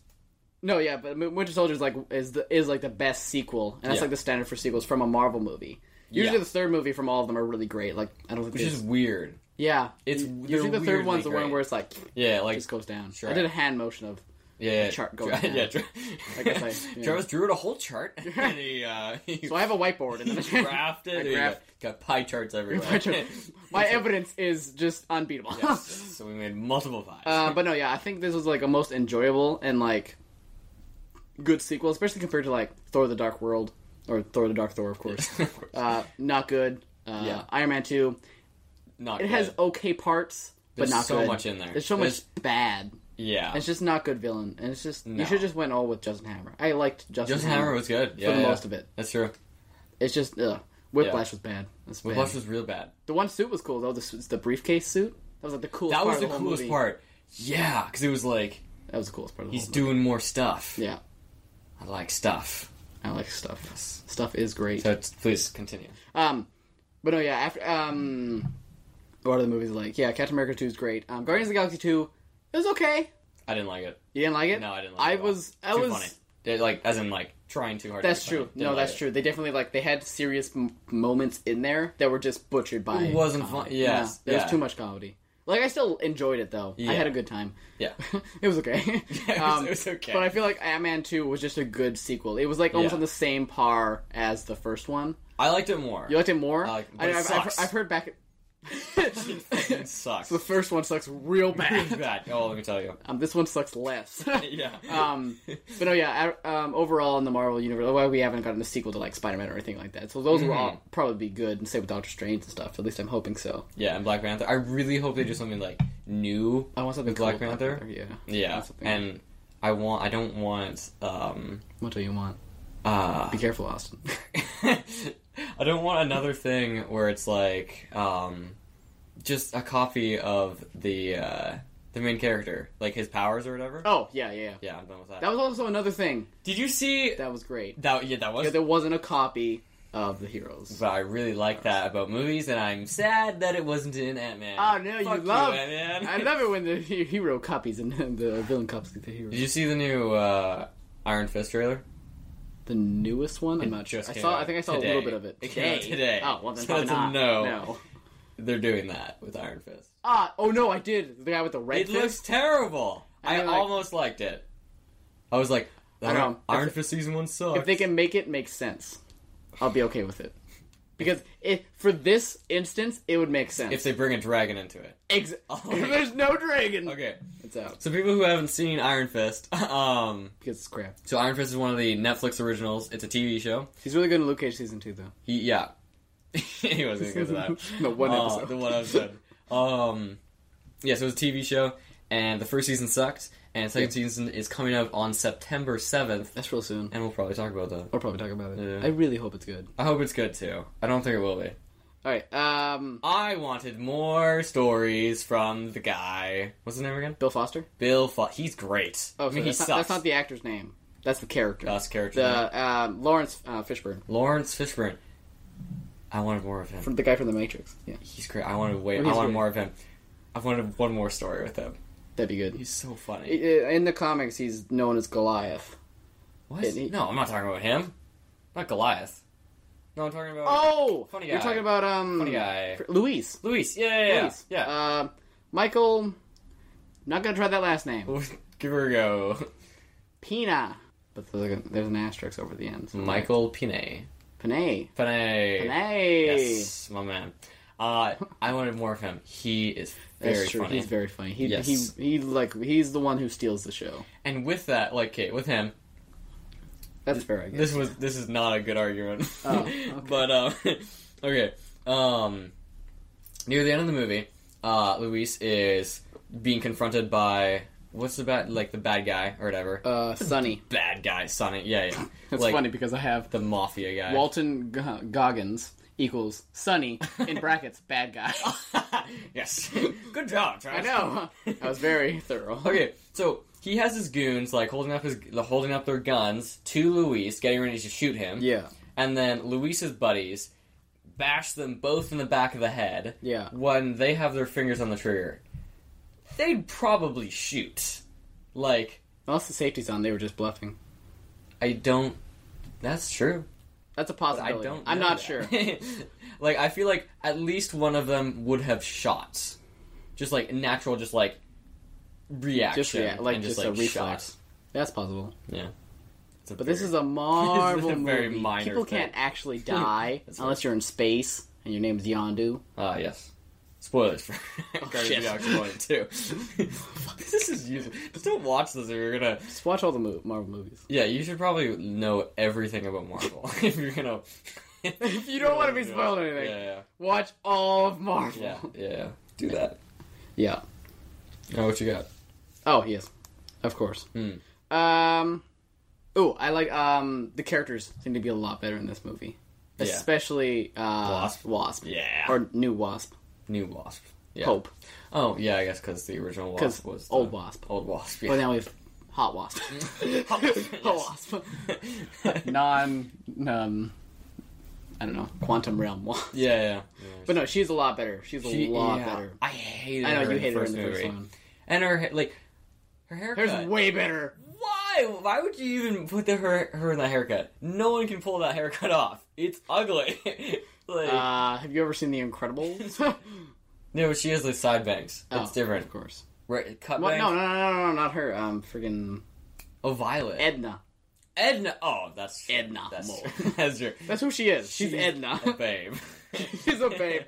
No, yeah, but Mo- Winter Soldier is like is the is like the best sequel, and that's Yeah. like the standard for sequels from a Marvel movie. Usually, Yeah. the third movie from all of them are really great. Like I don't think Which is there's- weird. yeah. it's- they're usually the weirdly third one's the one great. where it's like Yeah, like just goes down. Sure. I did a hand motion of yeah, chart goes Tra- down. [LAUGHS] Yeah, tra- [LAUGHS] guess I- yeah. Travis drew it a whole [LAUGHS] chart. And he, uh, [LAUGHS] he So I have a whiteboard and then [LAUGHS] [LAUGHS] I graphed I it. and he graph- got, got pie [LAUGHS] charts everywhere. My [LAUGHS] joke. My evidence is just unbeatable. Yes, so we made multiple pies. [LAUGHS] uh, but no, yeah, I think this was like a most enjoyable and like good sequel, especially compared to like Thor: The Dark World or Thor: The Dark Thor, [LAUGHS] of course. [LAUGHS] Of course. uh, not good. Uh, Yeah. Iron Man Two. not It has good. okay parts, There's but not so good. much in there. There's so There's- much bad. yeah. It's just not good villain, and it's just No. you should just went all with Justin Hammer. I liked Justin, Justin Hammer was good. Yeah, for the yeah. most of it. That's true. It's just ugh. Whiplash was bad. That's bad. Whiplash was real bad. The one suit was cool though. The, su- the briefcase suit. That was like the coolest. That was part of the whole coolest movie. part. Yeah, because it was like That was the coolest part of the he's whole doing more stuff. movie. Yeah, I like stuff. I like stuff. Stuff is great. So it's- please continue. Um, but no, yeah. After um, what are the movies like? Yeah, Captain America two is great. Um, Guardians of the Galaxy two, it was okay. I didn't like it. You didn't like it? No, I didn't. like it I at all. was. I too was. funny. They're, like as in like trying too hard. to That's be funny. true. Didn't No, like that's it. true. They definitely like they had serious m- moments in there that were just butchered by. It wasn't fun- comedy. yes, there yeah. was too much comedy. Like I still enjoyed it though. I Yeah. had a good time. Yeah. [LAUGHS] it was [LAUGHS] okay. Um, it was- it was okay. But I feel like Ant Man Two was just a good sequel. It was like almost Yeah. on the same par as the first one. I liked it more. You liked it more? I like- but I, it have sucks. I've, I've heard back. [LAUGHS] [LAUGHS] It sucks. [LAUGHS] the first one sucks real bad. Bad. Oh, let me tell you. um, this one sucks less. [LAUGHS] Yeah. [LAUGHS] um, but no, yeah. I, um, overall, in the Marvel universe, why we haven't gotten a sequel to like Spider Man or anything like that. So those will all Mm-hmm. probably be good, and same with Doctor Strange and stuff. At least I'm hoping so. yeah, and Black Panther. I really hope they do something like new. I want something With Black cool with Panther? Yeah. I Yeah, want something- and I want. I don't want. Um. what do you want? Uh. Be careful, Austin. [LAUGHS] [LAUGHS] I don't want another thing where it's like um, just a copy of the uh, the main character, like his powers or whatever. oh yeah, yeah, yeah. Yeah, I'm done with that. That was also another thing Did you see that was great. that? Yeah, that was. Yeah, there wasn't a copy of the heroes. But I really like that about movies, and I'm sad that it wasn't in Ant Man. Oh no, you love Ant I Man. love it when the he- hero copies and then the villain copies the hero. [LAUGHS] Did you see the new uh, Iron Fist trailer? The newest one, I'm It not sure. just I came saw. out I think I saw today. a little bit of it It came out today. Oh well, then So probably it's a not. no. No. They're doing that with Iron Fist. Ah, oh no, I did. The guy with the red It fist. looks terrible. I, I mean, like- almost liked it. I was like, I know. Iron If- Fist season one sucks. if they can make it make sense, I'll be okay with it. Because if, for this instance, it would make sense. if they bring a dragon into it. Ex- [LAUGHS] Oh. [LAUGHS] if there's no dragon, Okay, it's out so people who haven't seen Iron Fist, [LAUGHS] um, because it's crap. so Iron Fist is one of the Netflix originals. It's a TV show. He's really good in Luke Cage season two, though. He, yeah, [LAUGHS] he wasn't good at that. No, [LAUGHS] one Uh, episode. The one episode. um, yeah, so it was a TV show, and the first season sucked, and the second season is coming out on September seventh, [LAUGHS] That's real soon. and we'll probably talk about that. We'll probably talk about it. Yeah. I really hope it's good. I hope it's good too. I don't think it will be. All right, um, I wanted more stories from the guy. What's his name again? Bill Foster. Bill. Fu- he's great. Oh, I mean, he sorry, that's, sucks. Uh, not, that's not the actor's name. That's the character. Us character. the um, Lawrence uh, Fishburne, Lawrence Fishburne. I wanted more of him. from the guy from The Matrix. Yeah, He's great. I wanted way. I He's wanted great. more of him. I wanted one more story with him. that'd be good. He's so I- funny. I- In the comics, he's known as Goliath. What? it- it- no, I'm not talking about him. Not Goliath. No, I'm talking about Oh, Funny You're guy. talking about um, Funny guy. Luis. Luis. Yeah, yeah, yeah. Luis. yeah. Uh, Michael. Not gonna try that last name. [LAUGHS] Give her a go. Pina. But there's, like a, there's an asterisk over the end. so- Michael Pinay. Panay. Pinay. Panay. Yes, my man. Uh, I wanted more of him. He is That's very true. funny. He's very funny. He, Yes. he he like he's the one who steals the show. and with that, like, okay, with him, That's fair, I guess. This was this is not a good argument. Oh, okay. [LAUGHS] but um, okay. Um, near the end of the movie, uh, Luis is being confronted by what's the bad like the bad guy or whatever. Uh, Sonny. bad guy, Sonny. Yeah, yeah. [LAUGHS] That's like funny because I have the mafia guy. Walton G- Goggins equals Sonny [LAUGHS] in brackets bad guy. [LAUGHS] yes. [LAUGHS] good job, I Travis. [LAUGHS] [LAUGHS] know. I was very thorough. Okay, so he has his goons like holding up his holding up their guns to Luis, getting ready to shoot him. Yeah. and then Luis's buddies bash them both in the back of the head. Yeah. When they have their fingers on the trigger, they'd probably shoot. Like Unless the safety's on, they were just bluffing. I don't. That's true. That's a But I possibility. don't. I'm know not that. [LAUGHS] sure. [LAUGHS] like I feel like at least one of them would have shot. Just like natural, just like reaction, Just yeah, like and just, just, a like reflex. shot. That's possible. Yeah. It's a But this very- is a Marvel This is a very movie. minor People thing. can't [LAUGHS] actually die That's unless you're in space and your name's Yondu. Ah, yes. Spoilers for [LAUGHS] shit. Guardians of the Galaxy 1 and 2. [LAUGHS] this is useless. Just don't watch this if you're gonna... Just watch all the mo- Marvel movies. Yeah, you should probably know everything about Marvel [LAUGHS] if you're gonna... if you don't wanna be spoiled or anything. Yeah, Watch all of Marvel. yeah, yeah, yeah. Do that. Yeah. Now what you got? Oh, yes. Of course. Hmm. Um Ooh, I like um the characters seem to be a lot better in this movie. Yeah. Especially uh Wasp. Wasp. Yeah. Or new Wasp. New Wasp. Yeah. Hope. Oh, yeah, I guess because the original Because Wasp was... the- old Wasp. Old Wasp, But yeah. now we have Hot Wasp. [LAUGHS] [LAUGHS] Hot Wasp, Hot yes. [LAUGHS] Wasp. Non um I don't know, quantum realm wasp. yeah, yeah. yeah. But no, she's a lot better. She's a She- lot yeah, better. I hated I know her you in hate the her first in the first movie. one. And her, ha- like, her haircut... Hers way better. Why? Why would you even put the, her her in that haircut? No one can pull that haircut off. It's ugly. [LAUGHS] like Uh, have you ever seen [LAUGHS] The [LAUGHS] Incredibles? no, she has the side bangs. That's Oh, different. of course. Right, cut What? bangs. No, no, no, no, no, not her. Um, freaking Oh, Violet. Edna. Edna. Oh, that's Edna That's [LAUGHS] Mole. that's your. [LAUGHS] That's who she is. She's, Edna. a babe. She's a babe.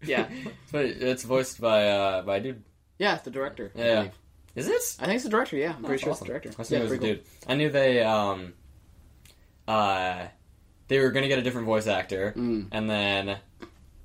Yeah. [LAUGHS] But it's voiced by uh, by a dude. Yeah, it's the director. I Yeah. believe. Is it? I think it's the director. Yeah, I'm pretty That's awesome. sure it's the director. I just knew yeah, it was a pretty dude. I knew they um, uh, they were gonna get a different voice actor, Mm. and then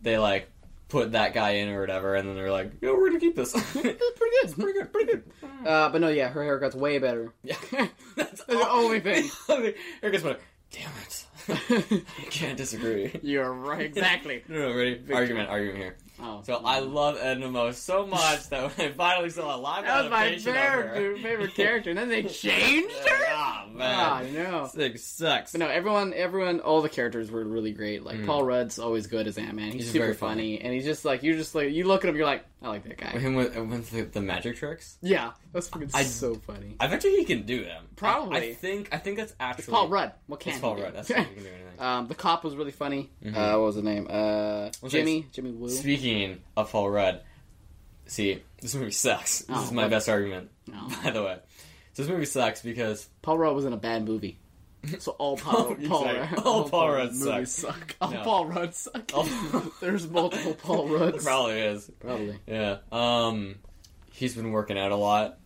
they like put that guy in or whatever, and then they were like, "Yo, we're gonna keep this." [LAUGHS] pretty cool. [LAUGHS] Pretty good. good, pretty good. [LAUGHS] Uh, but no, yeah, her haircut's way better. Yeah, [LAUGHS] that's the [LAUGHS] only thing. Eric is like, "Damn it, [LAUGHS] I can't disagree." You're right. Exactly. [LAUGHS] No, no, ready? Victory. Argument, argument here. Oh, So I love Edna Mode so much that [LAUGHS] when I finally saw a live that was my adaptation of her, favorite, [LAUGHS] favorite character. And then they changed her. Ah Ah, man, I know. this thing sucks. But no, everyone, everyone, all the characters were really great. Like Mm. Paul Rudd's always good as Ant Man. He's, He's super very funny. funny. and he's just like you're just like you look at him, you're like, I like that guy. Him with, with the, the magic tricks. Yeah, that's fucking I- so funny. I bet you he can do them. Probably. I, I think. I think that's actually It's Paul Rudd. What can It's Paul he do? Rudd. [LAUGHS] That's right. he can do anything. um, the cop was really funny. Mhm. Uh, what was the name? Uh, What's Jimmy. Jimmy Woo. Speaking of Paul Rudd, see, this movie sucks. This Oh, is my what- best argument, [LAUGHS] No. by the way. So this movie sucks because Paul Rudd was in a bad movie. So [LAUGHS] all Paul, Exactly. Paul Rudd, Oh, All Paul Rudd movies suck. suck. All No. Paul Rudd suck. [LAUGHS] All- [LAUGHS] There's [LAUGHS] multiple Paul Rudds. Oh. probably is. Probably. Yeah. Um, he's been working out a lot.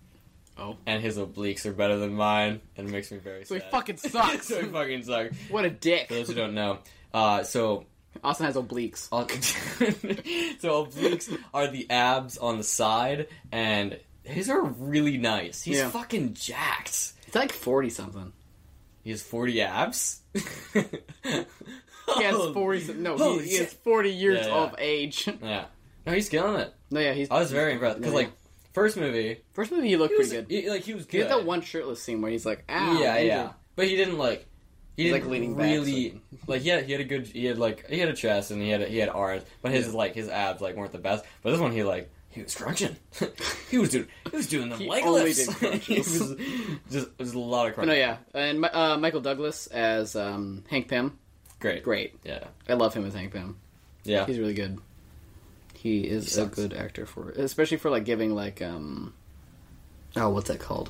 Oh. And his obliques are better than mine, and it makes me very So he sad. [LAUGHS] fucking sucks. so he fucking sucks. What a dick. For those who don't know, uh, so [LAUGHS] Austin has obliques. [LAUGHS] on- so obliques are the abs on the side, and his are really nice. He's Yeah. fucking jacked. It's like forty something. He has 40 abs. [LAUGHS] He has forty. some- No, Oh, holy he, he is shit. forty years Yeah, yeah. of age. [LAUGHS] Yeah. No, he's killing it. No, yeah, he's. I was very impressed because, Yeah. like, first movie, First movie, he looked he was pretty good. he- like he was He good. had that one shirtless scene where he's like, "Ow." yeah, injured." yeah. But he didn't like. He He's, didn't like, leaning back, really like yeah. He had a good. He had like he had a chest and he had a, he had arms, but his like his abs like weren't the best. But this one he like he was crunching. [LAUGHS] he was doing he was doing them He leg only lifts. did crunches. [LAUGHS] He was just it was a lot of But crunches. Oh, no, yeah. And Mi- uh, Michael Douglas as um, Hank Pym. great, Great. Yeah, I love him as Hank Pym. yeah. He's really good. He is He a sucks. good actor for it, especially for like giving like um, oh, what's that called?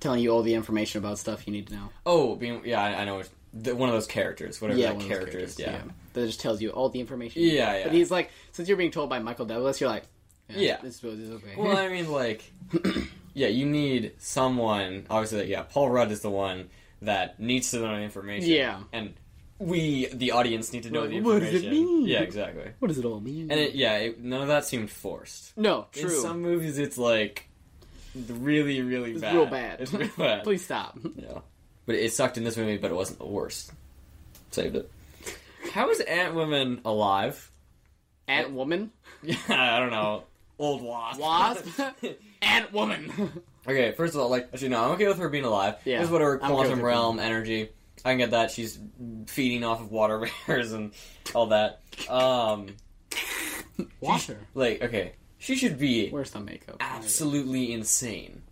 Telling you all the information about stuff you need to know. oh, being yeah, I, I know. it's- the- One of those characters, whatever that one of those character is. Yeah. that just tells you all the information. Yeah, yeah. But he's like, since you're being told by Michael Douglas, you're like, Yeah. this is this is okay. Well, I mean, like, [CLEARS THROAT] yeah, you need someone. Obviously, like, yeah, Paul Rudd is the one that needs to know the information. Yeah. and we, the audience, need to know Like, the what information. does it mean? Yeah, exactly. [LAUGHS] what does it all mean? And it, yeah, it, none of that seemed forced. no, In true. some movies, it's like really, really it's bad. real bad. It's real bad. [LAUGHS] Please stop. Yeah, but it sucked in this movie, but it wasn't the worst. Saved it. How is Ant Woman alive? Ant woman, [LAUGHS] Yeah, I don't know. Old wasp. Wasp? [LAUGHS] ant [LAUGHS] woman. Okay, first of all, like actually, no, I'm okay with her being alive. Yeah. Yeah, is whatever I'm okay with quantum her realm energy. I can get that. She's feeding off of water [LAUGHS] bears and all that. Um, Water. like okay, she should be Where's the makeup? absolutely insane.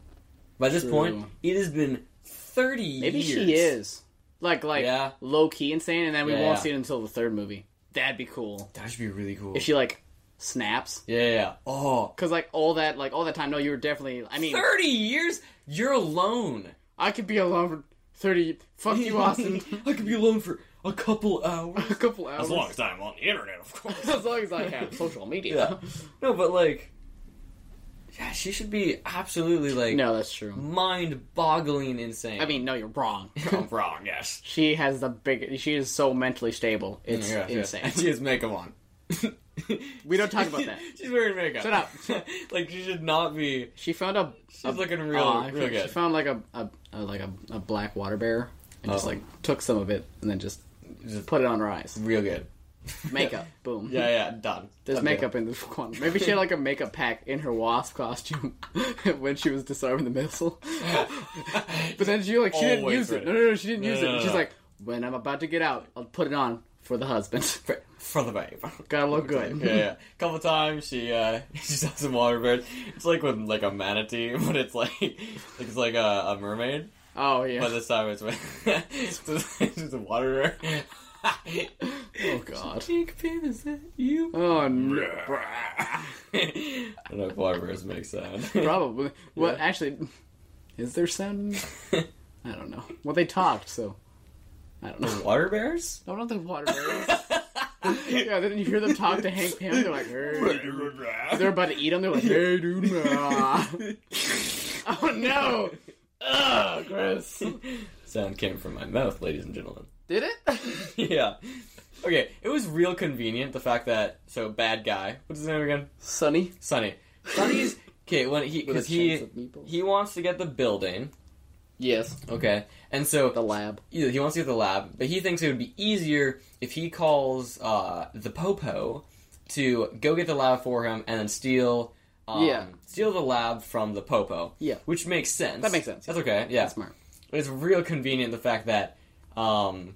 By this True. point, it has been thirty. Maybe years. she is. Like like Yeah. low key insane, and then we Yeah, won't yeah. see it until the third movie. That'd be cool That should be really cool. if she like snaps. yeah, yeah, yeah. Oh. Cause like all that, like all that time. No, you were definitely. I mean, 30 years? You're alone. I could be alone for thirty. Fuck you, [LAUGHS] Austin. [LAUGHS] I could be alone for a couple hours. a couple hours. As long as I'm on the internet, of course. [LAUGHS] As long as I have social Yeah. media. No, but like, yeah, she should be absolutely like [LAUGHS] No, that's true. mind-boggling insane. I mean, no, you're wrong. [LAUGHS] I'm wrong. Yes, she has the big. She is so mentally stable. It's Yeah, yeah. insane. And [LAUGHS] She has makeup on. We don't talk about that. [LAUGHS] She's wearing makeup. Shut up. [LAUGHS] like she should not be. She found a. She's looking real, Aw, real She good. found like a, a, a like a, a black water bear and just Oh. like took some of it and then just Just put it on her eyes. real good. [LAUGHS] Makeup, boom. Yeah, yeah, done. There's Done deal. makeup in [LAUGHS] this one. Maybe she had like a makeup pack in her wasp costume [LAUGHS] when she was disarming the missile. [LAUGHS] But then she like she didn't Always use it. ready. No, no, no, she didn't No, use no, it. no, She's no. like, when I'm about to get out, I'll put it on for the husband. [LAUGHS] for, for the babe. Gotta look [LAUGHS] good. Yeah, yeah. Couple times she uh [LAUGHS] she saw some water birds. It's like with like a manatee, [LAUGHS] but it's like it's like a, a mermaid. [LAUGHS] Oh yeah. By this time, it's it's just- it's [LAUGHS] just a water. [LAUGHS] oh God. Pink Pin, is that you? oh no. [LAUGHS] I don't know if water bears make sound. [LAUGHS] [LAUGHS] probably. Well, actually, is there sound? I don't know. Well, they talked, so I don't know. Oh, water bears? I don't know the water bears. [LAUGHS] yeah, then you hear them talk to Hank Pym. They're like, hey. they're They're about to eat them. They're like, hey, dude. [LAUGHS] nah." oh no! Ugh, gross. Sound came from my mouth, ladies and gentlemen. Did it? [LAUGHS] yeah. Okay, it was real convenient the fact that so bad guy. What's his name again? Sunny. Sonny. Sonny's okay when he With a because he chance of meatballs. he wants to get the building. Yes. Okay, and so The lab. yeah, he wants to get the lab, but he thinks it would be easier if he calls uh, the Popo to go get the lab for him and then steal. Um, Yeah. steal the lab from the Popo. Yeah. which makes sense. That makes sense, That's okay. Yeah, That's smart. it's real convenient the fact that um,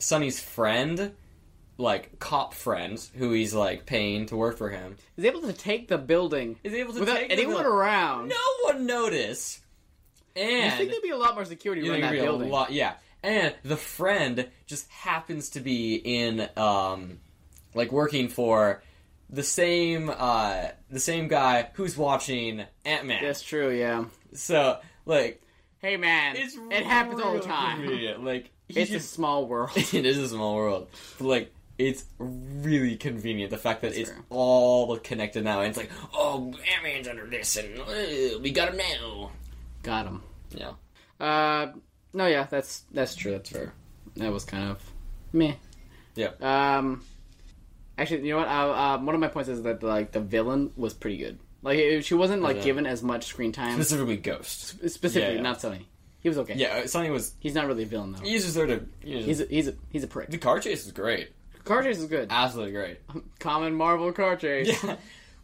Sonny's friend, like cop friend, who he's like paying to work for him, He's able to take the building is able to without take the anyone bill- around. No one noticed. You And think there'd be a lot more security you around think that it'd be a building? lot- yeah. And the friend just happens to be in, um, like working for the same, uh, the same guy who's watching Ant Man. That's true. Yeah. So like, Hey man, it's it happens all the real time. convenient. Like he It's a just small [LAUGHS] world. it is a small world, but like it's really convenient the fact that it's fair. all connected now. And it's like, oh, Ant Man's under this, and uh, we got him now. Got him. Yeah, Uh, no, yeah, that's that's true. That's fair. That was kind of meh. yeah, Um, actually, you know what? Uh, um, one of my points is that like the villain was pretty good. Like it, she wasn't like Yeah. given as much screen time. specifically Ghost. Specifically, Yeah, yeah. not Sonny. He was okay. Yeah, uh, Sonny was he's not really a villain though. he was just there to. He was He's a, he's a, he's a prick. the car chase is great, Car chase is good. absolutely great. [LAUGHS] Common Marvel car chase. Yeah,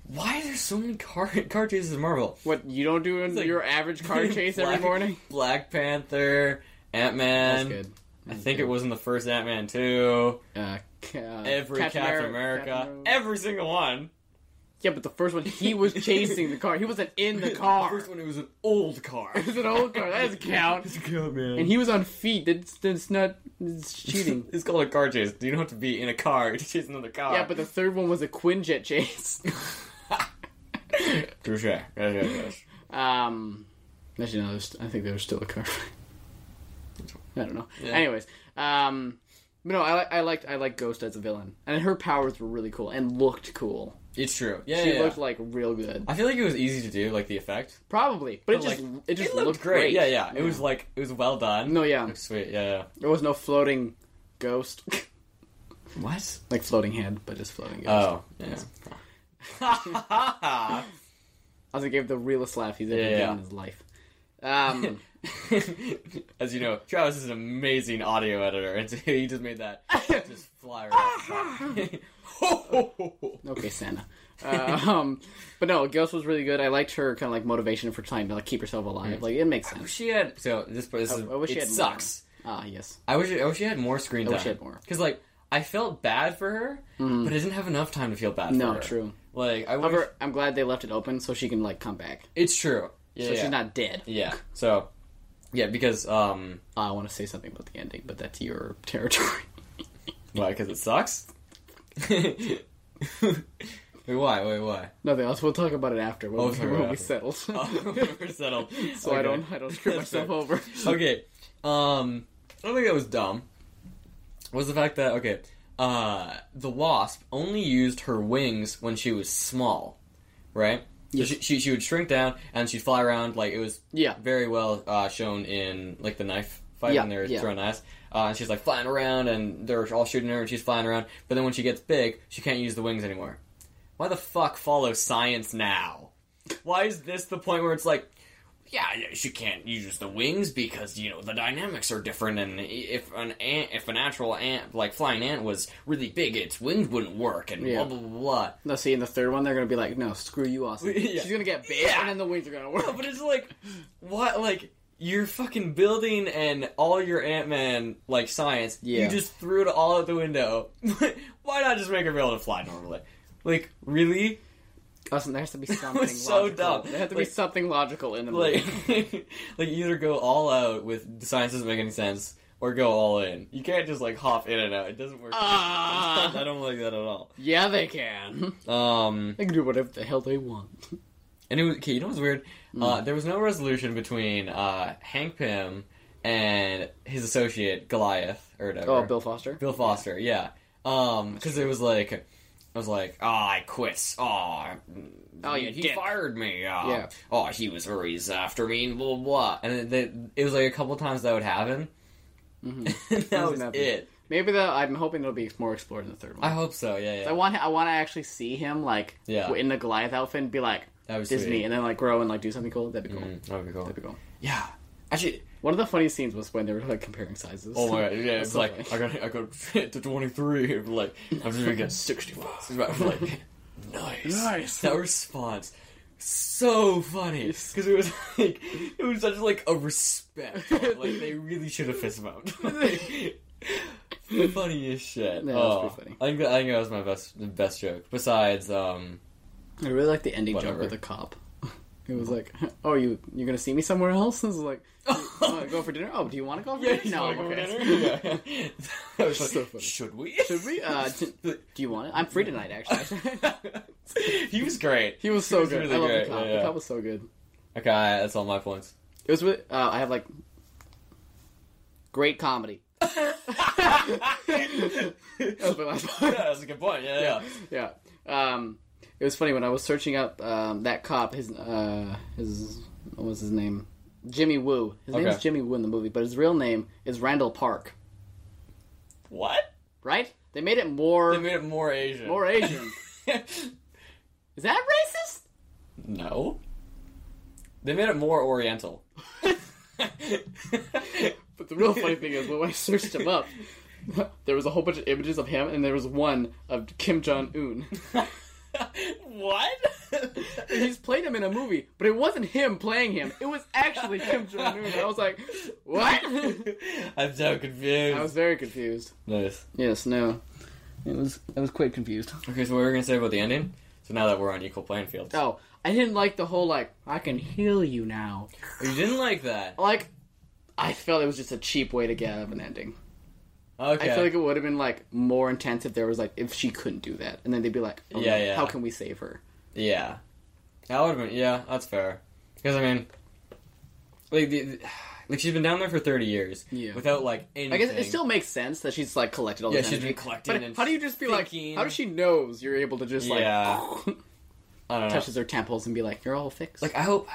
why are there so many car [LAUGHS] car chases in Marvel? What you don't do in like- your average [LAUGHS] car chase every Black- morning? Black Panther, Ant That's Man. good. I think it was in the first Ant Man too. Uh, ca- uh, Every Captain, Ameri- America, Captain America. every single one. Yeah, but the first one [LAUGHS] he was chasing the car. He wasn't in the car. first one, it was an old car. It was an old car. That doesn't count. It's good, man. And he was on feet. That's, that's not it's [LAUGHS] cheating. it's called a car chase. You don't have to be in a car to chase another car. yeah, but the third one was a Quinjet chase. [LAUGHS] [LAUGHS] Touche. Yes, yes, yes. Um, actually, no, there's, I think there was still a car. [LAUGHS] I don't know. Yeah. Anyways, um, but no, I, li- I liked I liked Ghost as a villain, and her powers were really cool and looked cool. It's true. Yeah, She yeah, yeah. looked like real good, I feel like it was easy to do, like the effect. probably, but, it But, just like, it just looked, great. Yeah, yeah, It was like it was well done. no, yeah, Looks sweet. Yeah. there was no floating ghost, [LAUGHS] yeah. What? like floating head, but just floating Oh, ghost. yeah. [LAUGHS] [LAUGHS] yeah, I was gonna give the realest laugh he's ever Yeah, given yeah. in his life. [LAUGHS] Um, As you know, Travis is an amazing audio editor, [LAUGHS] and so he just made [LAUGHS] that just fly right. Oh, okay, Santa. Uh, [LAUGHS] um, but no, Ghost was really good. I liked her kind of like motivation for trying to like keep herself alive. Like it makes sense. she had so this. this is, I wish it she had more. sucks. Ah, yes. I wish I wish she had more screen time. wish she had more. Mm. Because like I felt bad for her, but I didn't have enough time to feel bad. Mm-hmm. No, for her. true. Like I wish, However, I'm glad they left it open so she can like come back. it's true. Yeah, So yeah. she's not dead. Ah, Yeah. So yeah, because um, I want to say something about the ending, but that's your [LAUGHS] territory. why? Because it sucks. [LAUGHS] wait, why? Wait, why? [LAUGHS] Nothing else. We'll talk about it after when, Oh, we, sorry, when we after. [LAUGHS] settle. Oh, We're settled. [LAUGHS] so I don't I don't screw [LAUGHS] That's fair. myself over. okay. Um, I think that was dumb. Was the fact that okay, uh, the wasp only used her wings when she was small, right? So Yes. she, she she would shrink down and she'd fly around like it was Yeah. very well uh, shown in like the knife fight Yeah, when they were yeah. throwing knives. Uh, and she's like flying around and they're all shooting her and she's flying around. But then when she gets big, she can't use the wings anymore. Why the fuck follow science now? Why is this the point where it's like, yeah, she can't use the wings because you know the dynamics are different, and if an ant, if an actual ant, like flying ant, was really big, its wings wouldn't work, and blah Yeah. blah blah. blah. No, see, in the third one, they're gonna be like, "No, screw you, Austin." [LAUGHS] Yeah. She's gonna get big, Yeah. and then the wings are gonna work. No, [LAUGHS] but it's like, what? Like your fucking building and all your Ant Man like science. Yeah. You just threw it all out the window. [LAUGHS] Why not just make her be able to fly normally? Like really? Austin, there has [LAUGHS] to be something so logical. dumb. There has to Like- be something logical in the Like [LAUGHS] movie. like either go all out with science doesn't make any sense, or go all in. You can't just like hop in and out. It doesn't work. [LAUGHS] I Ah, [LAUGHS] don't like that at all. yeah, they can. Um, [LAUGHS] They can do whatever the hell they want. and it was okay. You know what's weird? Hmm. Uh, there was no resolution between uh, Hank Pym and his associate Goliath or whatever. Oh, Bill Foster. Bill Foster, yeah. Um, because it was like, I was like, oh, I quit. Oh, Oh, he, you he dick. fired me. Uh, Yeah. Oh, he was always after me. and Blah blah. blah. And it, it, it was like a couple times that would happen. Mm-hmm. [LAUGHS] and that Doesn't was happen. it. Maybe though, I'm hoping it'll be more explored in the third I one. hope so. Yeah, I, yeah. want I want to actually see him like Yeah. in the Goliath outfit and be like That was Disney, sweet. and then like grow and like do something cool. That'd be cool. Mm, that would be cool. That'd be cool. Yeah. Actually, One of the funniest scenes was when they were like comparing sizes. oh my god, [LAUGHS] yeah, That's it's [LAUGHS] so like I funny. got I got fit to twenty three, [LAUGHS] like I'm just gonna get sixty [LAUGHS] five. Like, nice, Nice. That response, so funny because it was like it was such like a respect. Like they really should have fist [LAUGHS] bumped. funny as shit. Yeah, that's oh, pretty funny. I think, that- I think that was my best best joke. Besides, [LAUGHS] um, I really like the ending Whatever. joke with the cop. [LAUGHS] It was like, oh, you you're gonna see me somewhere else? [LAUGHS] This is like, oh, go for dinner? Oh, do you want to go [LAUGHS] for yeah, dinner? No, okay. [LAUGHS] Yeah. That was like, So funny. Should we? Should we? [LAUGHS] Uh, d- do you want it? I'm free tonight, actually. he was great. [LAUGHS] he was [LAUGHS] so good. really I love great, the cop. yeah, yeah. The cop was so good. Okay, that's all my [LAUGHS] points. [LAUGHS] It was with, uh, I have like great comedy. [LAUGHS] That was my last [LAUGHS] Yeah, one. that's a good point. Yeah, yeah. [LAUGHS] yeah. Um, it was funny when I was searching up um, that cop. His uh, his what was his name? Jimmy Woo. His name Okay. is Jimmy Woo in the movie, but his real name is Randall Park. What? Right? They made it They more made it more Asian. more [LAUGHS] Asian. is that racist? [LAUGHS] no. They made it more Oriental. [LAUGHS] But the real funny thing is when I searched him up, [LAUGHS] there was a whole bunch of images of him, and there was one of Kim Jong [LAUGHS] Un. what? He's played him in a movie, but it wasn't him playing him. It was actually [LAUGHS] Kim Jong Un. I was like, what? I'm so confused. I was very confused. Nice. Yes, no. It was I was quite confused. Okay, so what were we gonna say about the ending? So now that we're on equal playing field, Oh, I didn't like the whole like I can heal you now. you didn't like that. Like I felt it was just a cheap way to get out of an ending. Okay. I feel like it would have been like more intense if there was like if she couldn't do that, and then they'd be like, oh, Yeah, no, yeah. how can we save her? Yeah, that would have been. Yeah, that's fair. Because I mean, like, the, the- [SIGHS] like she's been down there for thirty years Yeah. without like anything. I guess it still makes sense that she's like collected all Yeah, this she's energy. been collecting But and how do you just be thinking. like? How does she knows you're able to just [LAUGHS] Yeah. like I don't know. touches her temples and be like, you're all fixed? Uh, Like I hope,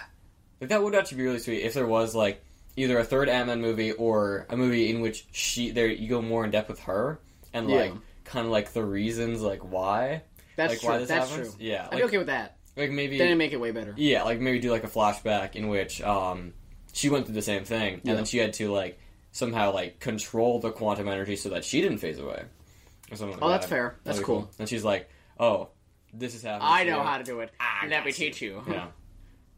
like that would actually be really sweet if there was like either a third Ant Man movie or a movie in which she there you go more in depth with her and Yeah. like kind of like the reasons like why that's like true. why this that's happens. true. Yeah, I'd like, be okay with that. like maybe Then it make it way better. Yeah, like maybe do like a flashback in which um she went through the same thing and Yeah. then she had to like somehow like control the quantum energy so that she didn't phase away. Or something like Oh, that. that's fair. That's That'd be cool. And she's like, "Oh, this is happening." I know how to do it. I Let me got you. teach Ah, you. [LAUGHS] Yeah.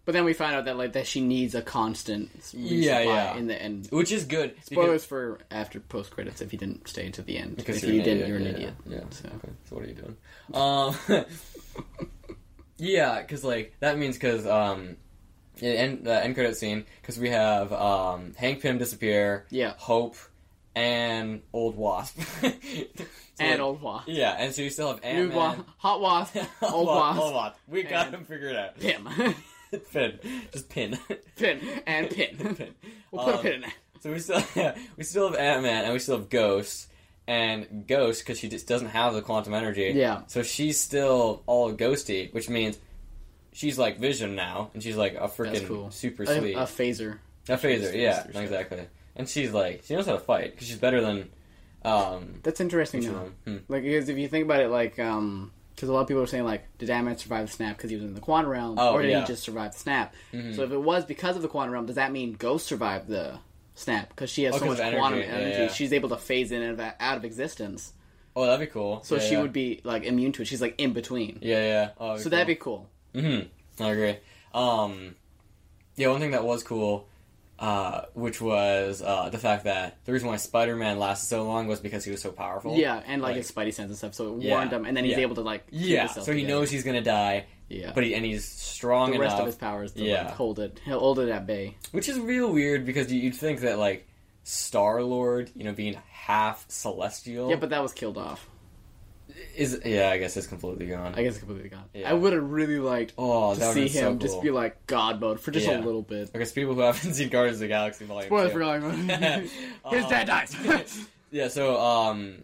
But then we find out that like that she needs a constant resupply Yeah, yeah. in the end. Which is good. because- Spoilers for after post credits if you didn't stay to the end. Because if you an didn't, idiot, you're an yeah, idiot. Yeah. yeah. So. Okay. So what are you doing? Um. [LAUGHS] yeah, because like that means because um, yeah, end the end credit scene because we have um Hank Pym disappear. Yeah. Hope and old Wasp. [LAUGHS] So, like, And old wasp, Yeah, and so you still have Ant new [LAUGHS] wasp, Man. hot wasp, old Old wasp, Wasp. We got And- him figured out. [LAUGHS] pim, Pin. Just pin. pin, [LAUGHS] and pin. Pin. [LAUGHS] We'll put a Um, pin in that. So we still [LAUGHS] yeah, we still have Ant Man and we still have Ghost and Ghost because she just doesn't have the quantum energy. Yeah. So she's still all ghosty, which means she's like Vision now, and she's like a freaking cool. super A, sweet a phaser. a phaser. phaser, Yeah, yeah. exactly. And she's like she knows how to fight because she's better than um. That's interesting. which though. one? Hmm. Like, because if you think about it, like, um, because a lot of people are saying, like, did Ant-Man survive the snap because he was in the quantum realm, Oh, or did yeah. he just survive the snap? Mm-hmm. So if it was because of the quantum realm, does that mean Ghost survived the snap because she has Oh, so 'cause much of energy, quantum yeah, energy, yeah. she's able to phase in and out- out of existence? Oh, that'd be cool. So Yeah, she yeah. would be like immune to it. She's like in between. Yeah, yeah. Oh, so that'd be cool. Mm-hmm. I agree. Um, yeah, one thing that was cool, uh, which was uh, the fact that the reason why Spider Man lasted so long was because he was so powerful. Yeah, and like, like- his spidey sense and stuff. So it Yeah. warned him, and then he's Yeah. able to like keep Yeah. himself So he together. knows he's gonna die, yeah. but he and he's strong the enough, rest of his powers to Yeah. like, hold it. He'll hold it at bay. which is real weird because you- you'd think that like Star Lord, you know, being half celestial, Yeah, but that was killed off. is yeah, I guess it's completely gone. I guess it's completely gone. Yeah. I would have really liked oh, to that see would him so cool. just be like God mode for just Yeah. a little bit. I guess people who haven't [LAUGHS] seen Guardians of the Galaxy Volume [LAUGHS] [LAUGHS] Uh, Spoilers two. [LAUGHS] for going on. His Um, dad dies. yeah, so um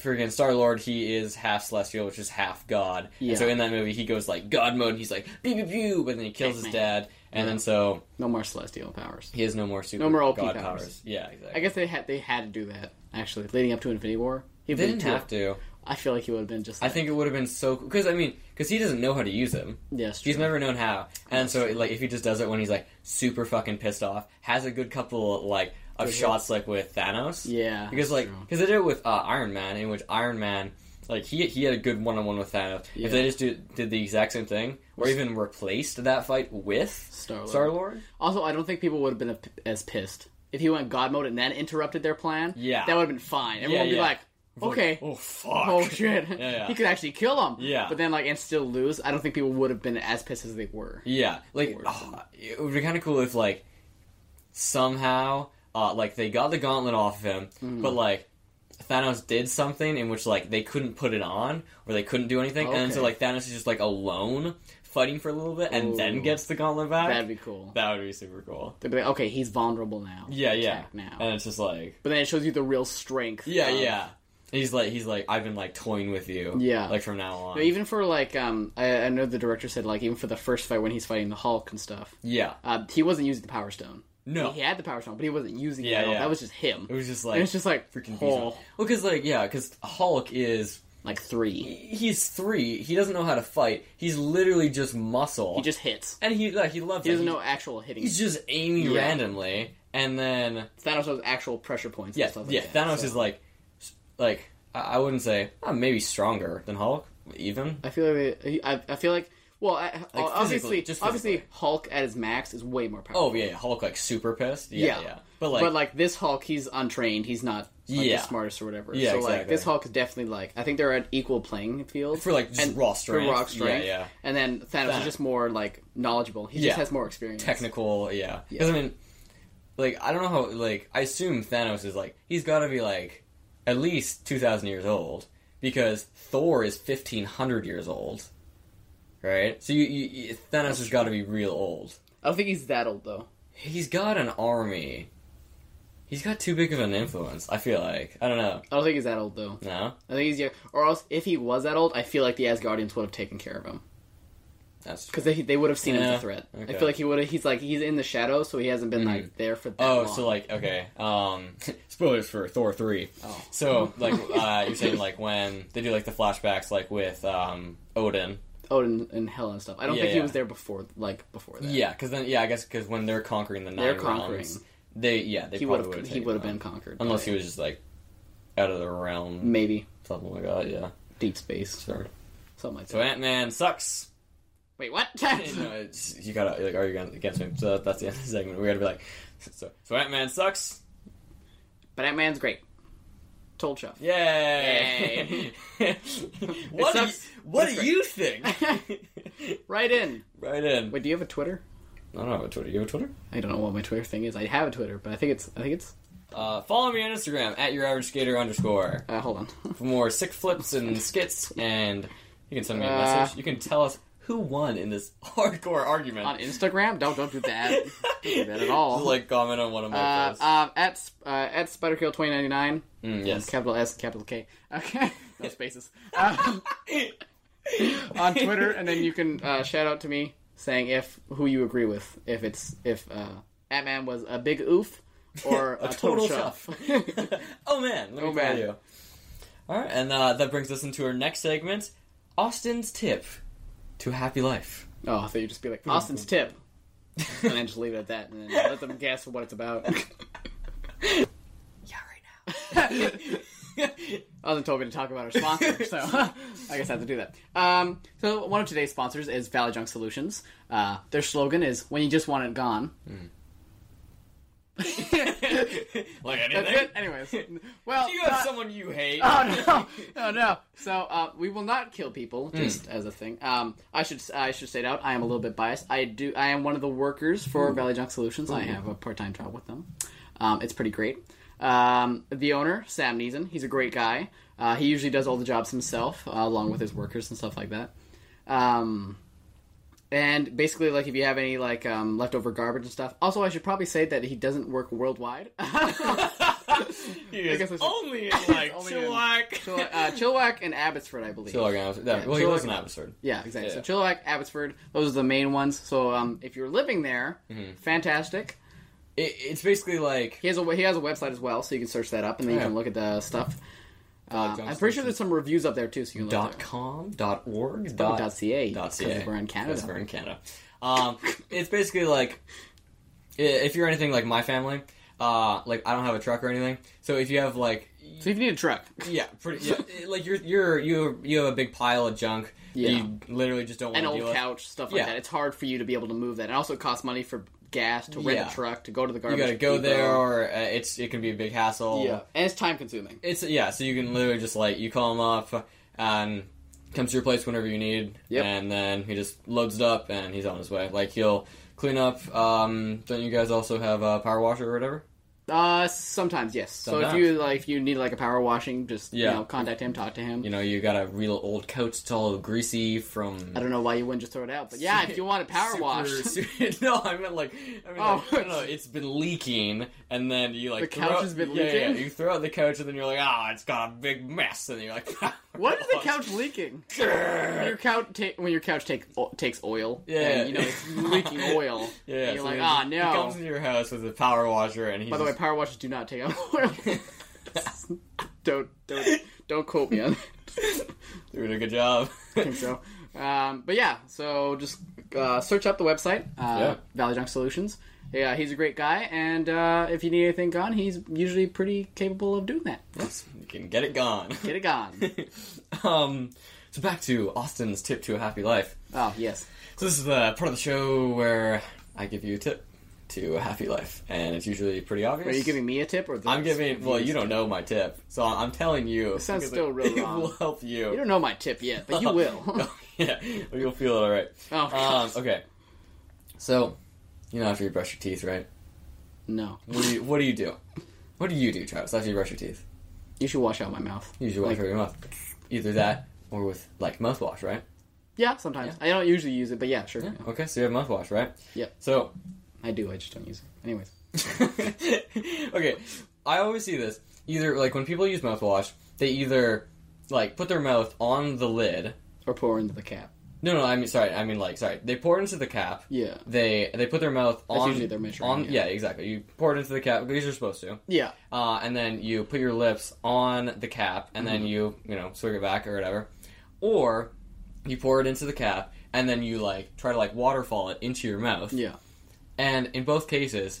freaking Star Lord, he is half celestial, which is half god. And Yeah. so in that movie, he goes like god mode, and he's like pew pew pew, but then he kills his Pac-Man. dad, and then so [LAUGHS] No more celestial powers. he has no more super No more OP god powers. Yeah, exactly. I guess they had they had to do that actually leading up to Infinity War. He they didn't have to. I feel like he would have been just. I Like, think it would have been so because I mean because he doesn't know how to use them. yes, He's true. never known how, and so like if he just does it when he's like super fucking pissed off, has a good couple like of Good shots like with Thanos. yeah, Because that's like, true. because they did it with uh, Iron Man, in which Iron Man, like he he had a good one on one with Thanos. Yeah. If they just do, did the exact same thing, or even replaced that fight with Star-Lord. Star Lord, Also, I don't think people would have been a- as pissed if he went God mode and then interrupted their plan. Yeah. that would have been fine. Everyone would be yeah. like, okay. oh fuck, Oh shit! [LAUGHS] yeah. [LAUGHS] He could actually kill them. Yeah. but then like and still lose. I don't think people would have been as pissed as they were. yeah, like Lord. ah, it would be kind of cool if like somehow uh, like they got the gauntlet off of him, Mm-hmm. but like. Thanos did something in which like they couldn't put it on or they couldn't do anything, and so Okay. like Thanos is just like alone fighting for a little bit and Ooh. then gets the gauntlet back. That'd be cool. That would be super cool. They'd be like, okay, he's vulnerable now. Yeah, yeah. Attack now. And it's just like, But then it shows you the real strength. yeah, of- yeah. He's like, he's like, I've been like toying with you. Yeah. Like from now on. But even for like, um, I, I know the director said like even for the first fight when he's fighting the Hulk and stuff, yeah. uh, he wasn't using the Power Stone. No. he had the Power Stone, but he wasn't using it Yeah, at all. yeah. That was just him. It was just and like, it's just like freaking oh, Beast. Well, cause like, yeah, cause Hulk is, like three. he's three. He doesn't know how to fight. He's literally just muscle. He just hits. and he, like, he loves He it. doesn't know actual hitting. he's just aiming Yeah. randomly. And then, Thanos knows actual pressure points. yeah, and stuff like yeah, that, Thanos so. is like, s- like, I, I wouldn't say, uh, maybe stronger than Hulk, even. I feel like they- I, I feel like well, I, obviously, physically, just obviously, physically. Hulk at his max is way more powerful. Oh, yeah, Hulk, like, super pissed. Yeah, Yeah. yeah. But like, but like this Hulk, he's untrained. He's not like, Yeah. the smartest or whatever. Yeah, so like exactly. this Hulk is definitely like I think they're at equal playing field For, like, just raw strength. For raw Yeah, strength. yeah. And then Thanos Thanos. is just more like knowledgeable. He Yeah. just has more experience. technical, yeah. Because I mean, like I don't know how. Like I assume Thanos is like he's got to be like at least two thousand years old because Thor is fifteen hundred years old, right? So you, you, you Thanos has got to be real old. I don't think he's that old though. He's got an army. He's got too big of an influence. I feel like I don't know. I don't think he's that old though. No, I think he's young. Or else, if he was that old, I feel like the Asgardians would have taken care of him that's because they, they would have seen him as Yeah, a threat. I okay. feel like he would. have He's like he's in the shadows, so he hasn't been like there for that Oh, long. so like okay. Um, [LAUGHS] spoilers for Thor three. Oh. So like uh, you're saying like when they do like the flashbacks like with um, Odin. Odin and Oh, Hell and stuff. I don't Yeah, think he yeah. was there before. Like before that. Yeah, because then yeah, I guess because when they're conquering the nine They're conquering. realms, they yeah they He would probably have. would've He taken would have them. been conquered. unless by- he was just like out of the realm maybe something like that. Yeah, deep space, sure. something like So that. Ant Man sucks. [LAUGHS] Wait, what? [LAUGHS] You know, it's, you gotta like are you gonna against me? So that's the end of the segment. We gotta be like so so Ant Man sucks. but Ant Man's great. Told Chuff. Yay! what do you, sucks. what That's do right. you think? Right in. [LAUGHS] right in. Wait, do you have a Twitter? I don't have a Twitter. You have a Twitter? I don't know what my Twitter thing is. I have a Twitter, but I think it's. I think it's. Uh, follow me on Instagram at your average skater underscore Uh, hold on. [LAUGHS] for more sick flips and skits, and you can send me a Uh. message. You can tell us who won in this [LAUGHS] hardcore argument. On Instagram? Don't don't do that. [LAUGHS] don't do that at all. Just [LAUGHS] like comment on one of my uh, posts. uh, at sp- uh, at Spiderkill twenty ninety nine. Um, Mm, yes. Capital S, capital K. [LAUGHS] Okay, no spaces. [LAUGHS] Uh, [LAUGHS] on Twitter, and then you can uh, shout out to me saying if who you agree with, if it's if uh, Ant-Man was a big oof [LAUGHS] or a, total, chuff. [LAUGHS] oh man, let me tell Oh, man. you. All right, and uh, that brings us into our next segment, Austin's tip to a happy life. oh, I thought you'd just be like Austin's tip, and then just leave it at that, and then let them guess what it's [LAUGHS] about. Yeah, right [LAUGHS] Austin told me to talk about our sponsor, so [LAUGHS] I guess I have to do that. Um, so one of today's sponsors is Valley Junk Solutions. Uh, their slogan is "When you just want it gone." [LAUGHS] now. like That's anything. it. [LAUGHS] Anyways, well, Do you have uh, someone you hate? Oh [LAUGHS] no! [LAUGHS] Oh no! So uh, we will not kill people, just as a thing. Um, I should I should state out I am a little bit biased. I do I am one of the workers for Valley Junk Solutions. I have a part time job with them. Um, it's pretty great. Um, the owner Sam Neeson, he's a great guy. Uh, he usually does all the jobs himself, uh, along with his workers and stuff like that. Um, And basically, like if you have any like um, leftover garbage and stuff. Also, I should probably say that he doesn't work worldwide. [LAUGHS] He I is guess I should- only in [LAUGHS] like only in- Chilliwack. Chil- uh, Chilliwack and Abbotsford, I believe. Chilliwack and Abbotsford. Yeah, Yeah, well, he Chilliwack lives in and- Abbotsford. Yeah, exactly. Yeah. So Chilliwack, Abbotsford, those are the main ones. So um, if you're living there, Mm-hmm. fantastic. It, it's basically like He has a he has a website as well, so you can search that up and then Yeah. Uh, you can look at the stuff. Um, John I'm pretty Station. sure there's some reviews up there too, so you can look. dot there. com, dot org, dot, Probably dot .ca. dot because ca. We're in Because we're Canada. in Canada. Um, it's basically like i- if you're anything like my family, uh, like I don't have a truck or anything. So if you have like So if you need a truck, yeah, pretty [LAUGHS] yeah, like you're you're you you have a big pile of junk Yeah. that you literally just don't want an to deal old with. couch, stuff like Yeah. that, it's hard for you to be able to move that. And also, it costs money for gas to rent Yeah. a truck to go to the You garbage. got to go depot. there, or uh, it's it can be a big hassle. Yeah, and it's time consuming. It's yeah, so you can literally just like you call him up and comes to your place whenever you need, Yep. and then he just loads it up and he's on his way. Like he'll clean up. Um, don't you guys also have a power washer or whatever? Uh, sometimes yes. So if Sometimes. you like, if you need like a power washing, just Yeah. you know, contact him, talk to him. You know, you got a real old coat that's all greasy from. I don't know why you wouldn't just throw it out, but yeah, if you want a power super- [LAUGHS] wash, [LAUGHS] su- no, I meant like, I mean, Oh. like, I don't know, it's been leaking, and then you like The couch throw- has been yeah, Yeah, leaking? you throw out the couch, and then you're like, ah, it's got a big mess, and you're like, [LAUGHS] why is the couch leaking? When your couch ta- when your couch take o- takes oil, Yeah. and, you know [LAUGHS] it's leaking oil. Yeah, and you're so like, he- ah, no. He comes into your house with a power washer, and he's By the way, just- power washes do not take out [LAUGHS] oil. don't don't don't quote me on that. [LAUGHS] doing a good job. [LAUGHS] I think [LAUGHS] so. Um, but yeah, so just uh, search up the website, uh, Yeah. Valley Junk Solutions. Yeah, he's a great guy, and uh, if you need anything gone, he's usually pretty capable of doing that. Yes, you can get it gone. [LAUGHS] Get it gone. um, so back to Austin's tip to a happy life. oh yes, So this is the part of the show where I give you a tip to a happy life, and it's usually pretty obvious. are you giving me a tip or? The I'm giving. Well, you don't know my tip, so I'm telling you. It sounds still [LAUGHS] real It wrong. will help you. Oh, You don't know my tip [LAUGHS] yet, but you will. yeah, well, you'll feel it all right. [LAUGHS] Oh, um, God. okay. So, you know, after you brush your teeth, right? no, What do you What do you do? What do you do, Travis? After you brush your teeth, you should wash out my mouth. you usually wash your mouth. Either that or with like mouthwash, right? Yeah, sometimes I don't usually use it, but yeah, sure. Yeah. Okay, so you have mouthwash, right? Yep. So, [LAUGHS] I do. I just don't use it. Anyways, okay, I always see this. Either like when people use mouthwash, they either like put their mouth on the lid. or pour into the cap. No, no, I mean sorry, I mean like sorry. They pour it into the cap. Yeah, They they put their mouth on. usually their measuring, on- yeah. yeah. exactly. You pour it into the cap because you're supposed to. yeah. uh, and then you put your lips on the cap, and Mm-hmm. then you you know swig it back or whatever, or you pour it into the cap, and then you like try to like waterfall it into your mouth. Yeah. And in both cases,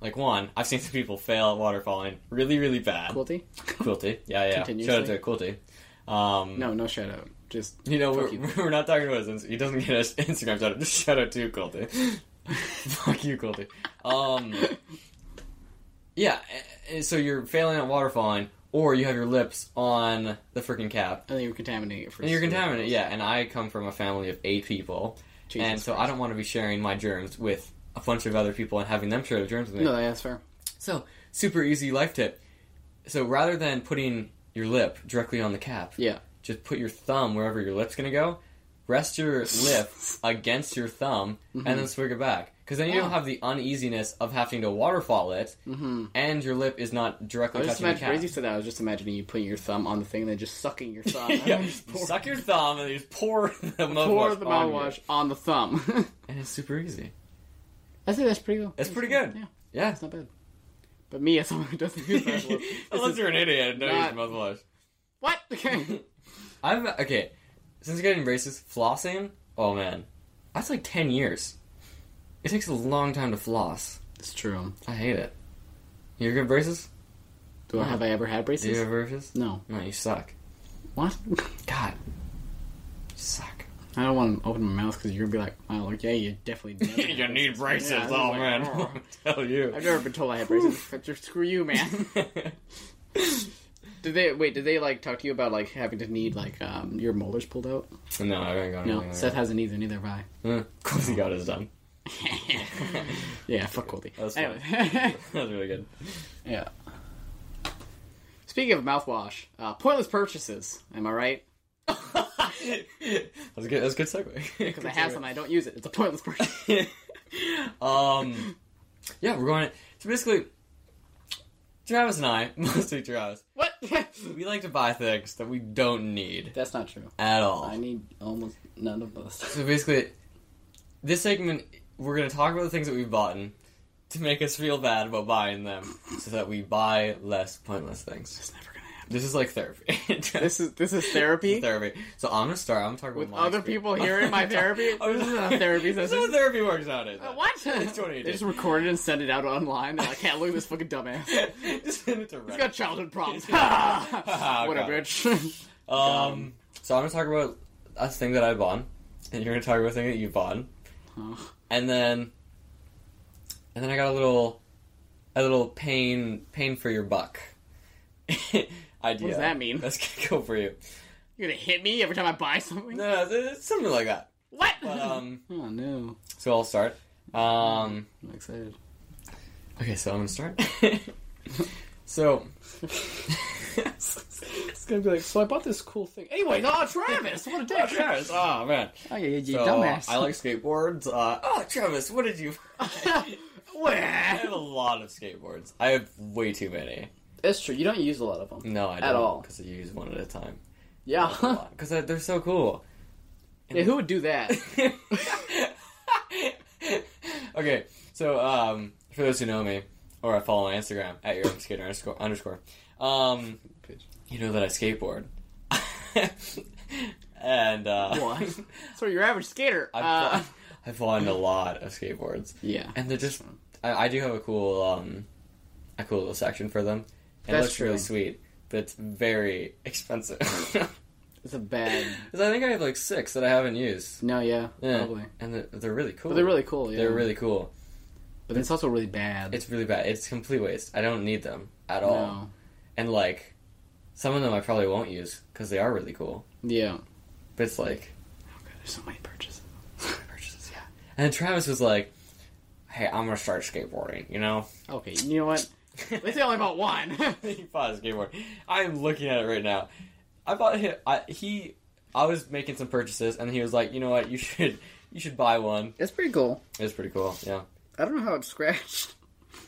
like one, I've seen [LAUGHS] some people fail at waterfalling really really bad. Quilty? Quilty, yeah, yeah. Shout out Continuously? to Quilty. Um, No, no shout out. Just you know we're, Fuck you. [LAUGHS] we're not talking about his. He doesn't get his [LAUGHS] Instagram shout out. Just shout out to Quilty. [LAUGHS] Fuck you, Quilty. Um, yeah, eh, eh, so you're failing at waterfalling, or you have your lips on the freaking cap, I think you're contaminating it for. and you're sure. contaminated. Yeah, and I come from a family of eight people, Jesus and so Christ. I don't want to be sharing my germs with a bunch of other people and having them share the germs with me. No, that's fair. So super easy life tip. So rather than putting your lip directly on the cap, Yeah. just put your thumb wherever your lip's gonna go. Rest your lip against your thumb Mm-hmm. and then swig it back. Because then you Oh. don't have the uneasiness of having to waterfall it, and your lip is not Mm-hmm. I directly was just touching the imagining, cap. Crazy said that, I was just imagining you putting your thumb on the thing and then just sucking your thumb. and [LAUGHS] yeah, then you just pour, suck your thumb and then you just pour [LAUGHS] the mouthwash. pour the on you. mouthwash on the thumb. [LAUGHS] and it's super easy. I think that's pretty good. That's pretty good. Yeah, Yeah, that's not bad. But me, as someone who doesn't use mouthwash, [LAUGHS] this unless is, you're an idiot and don't use not- mouthwash. [LAUGHS] what? [LAUGHS] Okay. I've okay. Since getting braces, flossing. Oh man, that's like ten years. It takes a long time to floss. it's true. I hate it. You ever get braces? Do I have I ever had Do you braces? have braces? No. No, you suck. What? [LAUGHS] God, you suck. I don't want to open my mouth because you're gonna be like, oh, like, yeah, you definitely. never [LAUGHS] [LAUGHS] had you need braces. Yeah, I was [LAUGHS] oh like, man, [LAUGHS] oh. tell you. [LAUGHS] I've never been told I [LAUGHS] had braces. Just Screw you, man. [LAUGHS] Did they wait? Did they like talk to you about like having to need like um your molars pulled out? no, I haven't gone. No, anything like Seth hasn't either. Neither have I. [LAUGHS] that. Mm, [LAUGHS] Of course, he got his done. [LAUGHS] yeah, fuck Goldie. That was funny. Anyway, [LAUGHS] That was really good. [LAUGHS] yeah. Speaking of mouthwash, uh, pointless purchases. Am I right? that was a good. That was a good segue. [LAUGHS] Because I have some, I don't use it. It's a pointless person. [LAUGHS] um, yeah, we're going. So basically, Travis and I, [LAUGHS] mostly Travis, [LAUGHS] what? [LAUGHS] we like to buy things that we don't need That's not true. at all. I need almost none of those. [LAUGHS] So basically, this segment, we're going to talk about the things that we've bought to make us feel bad about buying them so that we buy less pointless things. It's never gonna happen. This is like therapy. [LAUGHS] This is this is therapy. therapy. So I'm going to start. I'm talking With about my other experience. people here in my [LAUGHS] I'm talking- therapy? This isn't a therapy [LAUGHS] This is session. how therapy works out. Is Uh, [LAUGHS] What? It's 20 They just recorded and sent it out online. They're like, "Can't look at this fucking dumbass. He's [LAUGHS] Just send it to Reddit. got childhood problems." [LAUGHS] what [LAUGHS] Ah, a God. bitch. Um, so I'm gonna talk about a thing that I bought, and you're gonna talk about a thing that you bought, Oh. and then, and then I got a little, a little pain, pain for your buck [LAUGHS] idea. What does that mean? That's gonna go for you. You're gonna hit me every time I buy something? No, no, it's something like that. What? But, um, [LAUGHS] oh no! so I'll start. Um, I'm excited. [LAUGHS] okay, so I'm gonna start. [LAUGHS] so. it's gonna be like so. I bought this cool thing. Anyway, oh Travis, what a dick! Oh, Travis. Oh man. Oh, you, you So, dumbass. I like skateboards. Uh, oh, Travis, what did you? I [LAUGHS] Wah. have a lot of skateboards. I have way too many. That's true. You don't use a lot of them. No, I don't. At all. Because you use one at a time. [LAUGHS] Yeah. Because they're so cool. [LAUGHS] yeah. Who would do [LAUGHS] that? [LAUGHS] okay, so um, for those who know me or I follow my Instagram at your skater underscore underscore, um, you know that I skateboard. [LAUGHS] and uh, [LAUGHS] What? so your average skater. I've, uh, [LAUGHS] I've won a lot of skateboards. yeah. and they're just I, I do have a cool um a cool little section for them. It That's looks really true. sweet, but it's very [LAUGHS] expensive. Because It's a bad. [LAUGHS] I think I have like six that I haven't used. No, yeah, Yeah. probably. And they're, they're really cool. But they're really cool. Yeah. They're really cool. But it's also really bad. It's really bad. It's complete waste. I don't need them at all. No. And like some of them I probably won't use because they are really cool. Yeah. But it's like Oh, God, there's so many purchases. [LAUGHS] purchases, yeah. And then Travis was like, "Hey, I'm gonna start skateboarding," you know. Okay, you know what? They say only about one. [LAUGHS] he bought a skateboard. I'm looking at it right now. I bought him. I, he. I was making some purchases, and he was like, "You know what? You should. You should buy one." That's pretty cool. It's pretty cool. Yeah. [LAUGHS] I don't know how it's scratched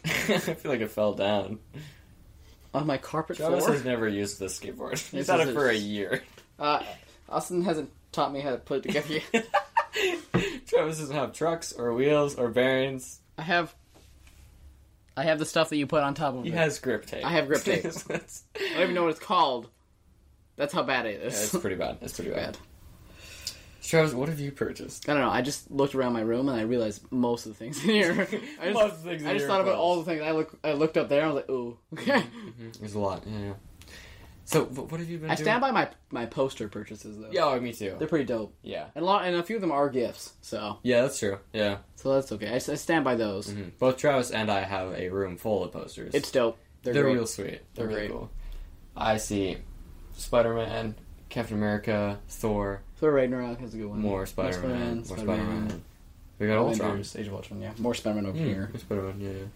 I feel like it fell down. [LAUGHS] on my carpet Travis floor. has never used this skateboard. He's This had is it for a- a [LAUGHS] year. Uh, Austin hasn't taught me how to put it together [LAUGHS] yet. Travis doesn't have trucks or wheels or bearings. I have, I have the stuff that you put on top of He it. has grip tape. I have [LAUGHS] grip tape. That's- I don't even know what it's called. That's how bad it Yeah, is. it's pretty bad. It's pretty bad. bad. Travis, what have you purchased? [LAUGHS] I don't know. I just looked around my room and I realized most of the things in here. [LAUGHS] [LAUGHS] I just, Most of the things in I just here thought about are Mm-hmm. all the things. I look, I looked up there. and I was like, ooh. Okay. [LAUGHS] There's a lot. Yeah. yeah. So, wh- what have you been I doing? stand by my my poster purchases though. Yeah, oh, me too. they're pretty dope, Yeah. and a lot, and a few of them are gifts. So, Yeah, that's true. Yeah. so that's okay. I, s- I stand by those. Mhm. Both Travis and I have a room full of posters. It's dope. They're, they're, great. real sweet. They're, They're really great. cool. I see Spider Man, Captain America, Thor, Thor Ragnarok has a good one. more Spider Man, more Spider Man. We got Ultron. Hmm. Avengers, Age of Ultron. Yeah, more Spider-Man over here. Spider Man, yeah, yeah.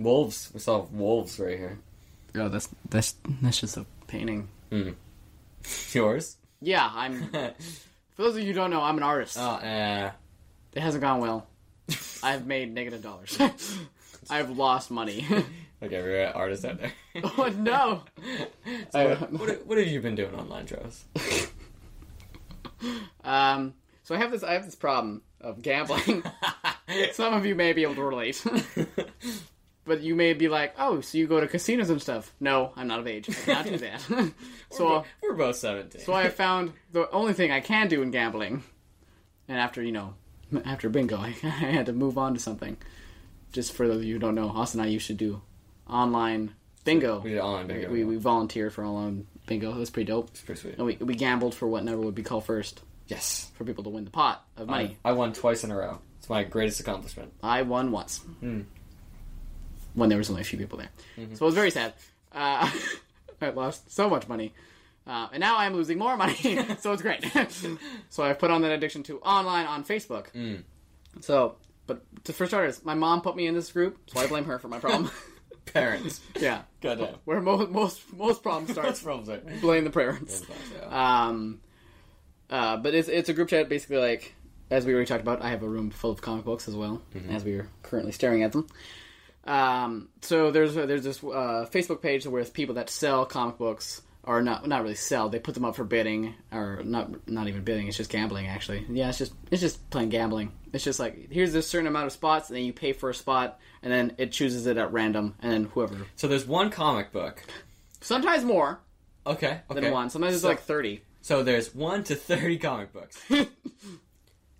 Wolves. We saw wolves right here. [LAUGHS] Oh, that's that's that's just a painting. Yours? [LAUGHS] Yeah, I'm. oh, For those of you who don't know, I'm an artist. eh. [LAUGHS] It hasn't gone well. I've made negative [LAUGHS] dollars. I've lost money. [LAUGHS] Like every artist out there. oh no! [LAUGHS] So I- what, what, what have you been doing online, Travis? [LAUGHS] Um, so I have this. I have this problem of gambling. [LAUGHS] Some of you may be able to relate, [LAUGHS] but you may be like, "Oh, so you go to casinos and stuff?" No, I'm not of age. I cannot do that. [LAUGHS] so, uh, we're both 17. so I found the only thing I can do in gambling, and after you know, after bingo, [LAUGHS] I, I had to move on to something. Just for those of you who don't know, Austin and I used to do online [LAUGHS] bingo. we did online bingo. We, we volunteered for online bingo. It was pretty dope. it's pretty sweet. And we, we gambled for what number would be called first Yes. for people to win the pot of money. I won twice in a row. It's my greatest [LAUGHS] accomplishment. I won once. When there was only a few people there. So it was very sad. Uh, [LAUGHS] I lost so much money. Uh, and now I'm losing more money. [LAUGHS] so it's great. so I've put on that addiction to online on Facebook. So, but to, for starters, my mom put me in this group, so I blame her for my problem. Parents. [LAUGHS] yeah. [LAUGHS] Goddamn. [LAUGHS] [LAUGHS] Where mo- most most problems start, That's from there. blame the parents. Um, Uh, but it's it's a group chat basically like as we already talked about. I have a room full of comic books as well Mm-hmm. as we are currently staring at them. Um, so there's there's this uh, Facebook page with people that sell comic books or not not really sell. They put them up for bidding or not not even bidding. It's just gambling actually. Yeah, it's just it's just plain gambling. It's just like here's a certain amount of spots, and then you pay for a spot, and then it chooses it at random, and then whoever So there's one comic book. sometimes more Okay. Okay. than one. Sometimes it's So- like thirty. So there's one to thirty comic [LAUGHS] books,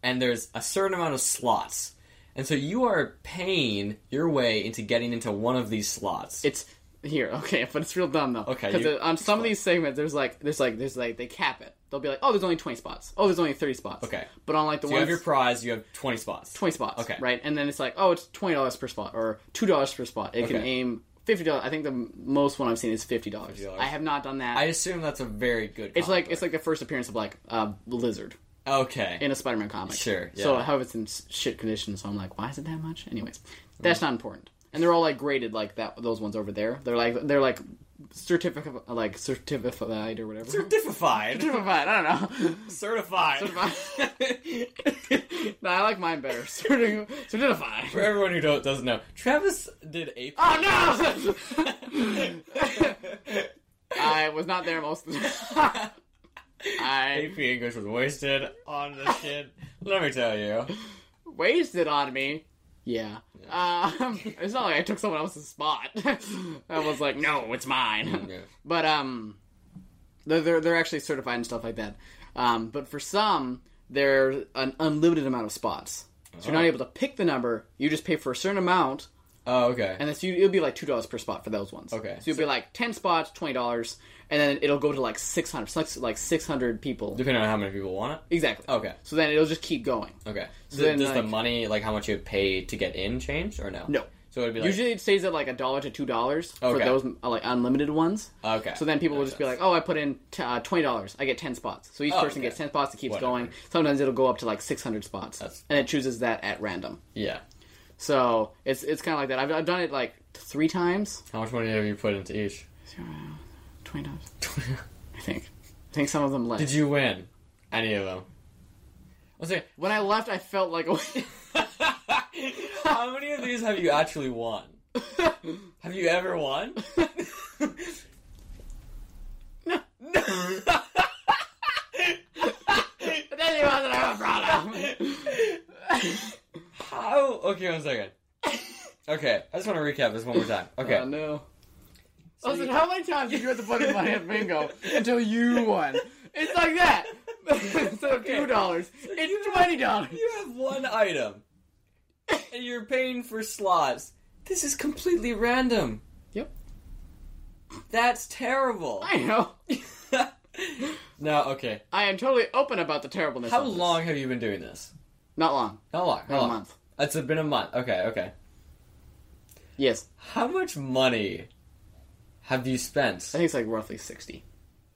and there's a certain amount of slots, and so you are paying your way into getting into one of these slots. It's here, okay, [LAUGHS] but it's real dumb though. Okay, because you- on some of these segments, there's like, there's like, there's like, they cap it. They'll be like, oh, there's only twenty spots. Oh, there's only thirty spots. Okay. but on like the you ones have your prize. You have twenty spots. twenty spots. Okay. right, and then it's like, oh, it's twenty dollars per spot or two dollars per spot. It can Okay. aim fifty dollars. I think the m- most one I've seen is fifty dollars. $50. I have not done that. I Oh, assume that's a very good. it's like it's like the first appearance of like a lizard okay. in a Spider-Man comic. Sure, So yeah. how it's in s- shit condition. So I'm like, why is it that much? Anyways, that's not important. And they're all like graded like that. Those ones over there, they're like they're like certificate like certified or whatever. certified. certified. I don't know. certified. [LAUGHS] no, I like mine better. Certi- certified. [LAUGHS] For everyone who don't, doesn't know, Travis did a. Oh [LAUGHS] no! I was not there most of the time. [LAUGHS] I AP English was wasted on this shit. Let me tell you. wasted on me. Yeah. Um, it's not like I took someone else's spot. [LAUGHS] I was like, no, it's mine. Yeah. But um, they're, they're they're actually certified and stuff like that. Um, but for some, there's an unlimited amount of spots, so you're not able to pick the number. You just pay for a certain amount, Oh, okay. and it's you. It'll be like two dollars per spot for those ones. Okay. so you'll be like ten spots, twenty dollars, and then it'll go to like six hundred, like six hundred people Depending on how many people want it. exactly. Okay. So then it'll just keep going. Okay. So then, does the like- money, like how much you pay to get in, change or no? No. So it'd be like Usually it stays at like a dollar to two dollars for Okay. those uh, like unlimited ones. Okay. So then people will That just be makes like, "Oh, I put in t- uh, twenty dollars, I get ten spots." So each Oh, person okay. gets ten spots. It keeps Whatever. going. Sometimes it'll go up to like six hundred spots, That's- and it chooses that at random. yeah. So it's it's kind of like that. I've, I've done it like three times. How much money have you put into each? [LAUGHS] Twenty dollars, I think. I think some of them left. Did you win any of them? Let's see. when I left, I felt like a- [LAUGHS] how many of these have you actually won? have you ever won? [LAUGHS] no. No. That's the one [LAUGHS] that I was brought up. How? Okay, one second. Okay, I just want to recap this one more time. [LAUGHS] Okay. Oh, no. So Listen, you- how many times did you have to put in money at bingo [LAUGHS] until you won? It's like that. [LAUGHS] so Okay. two dollars. It's twenty dollars. You have one item, and you're paying for slots. This is completely random. Yep. That's terrible. [LAUGHS] I know. [LAUGHS] no, okay. I am totally open about the terribleness. How of this. long have you been doing this? Not long. How long? How About a long? month. It's been a month. Okay, okay. Yes, How much money have you spent? I think it's like roughly sixty.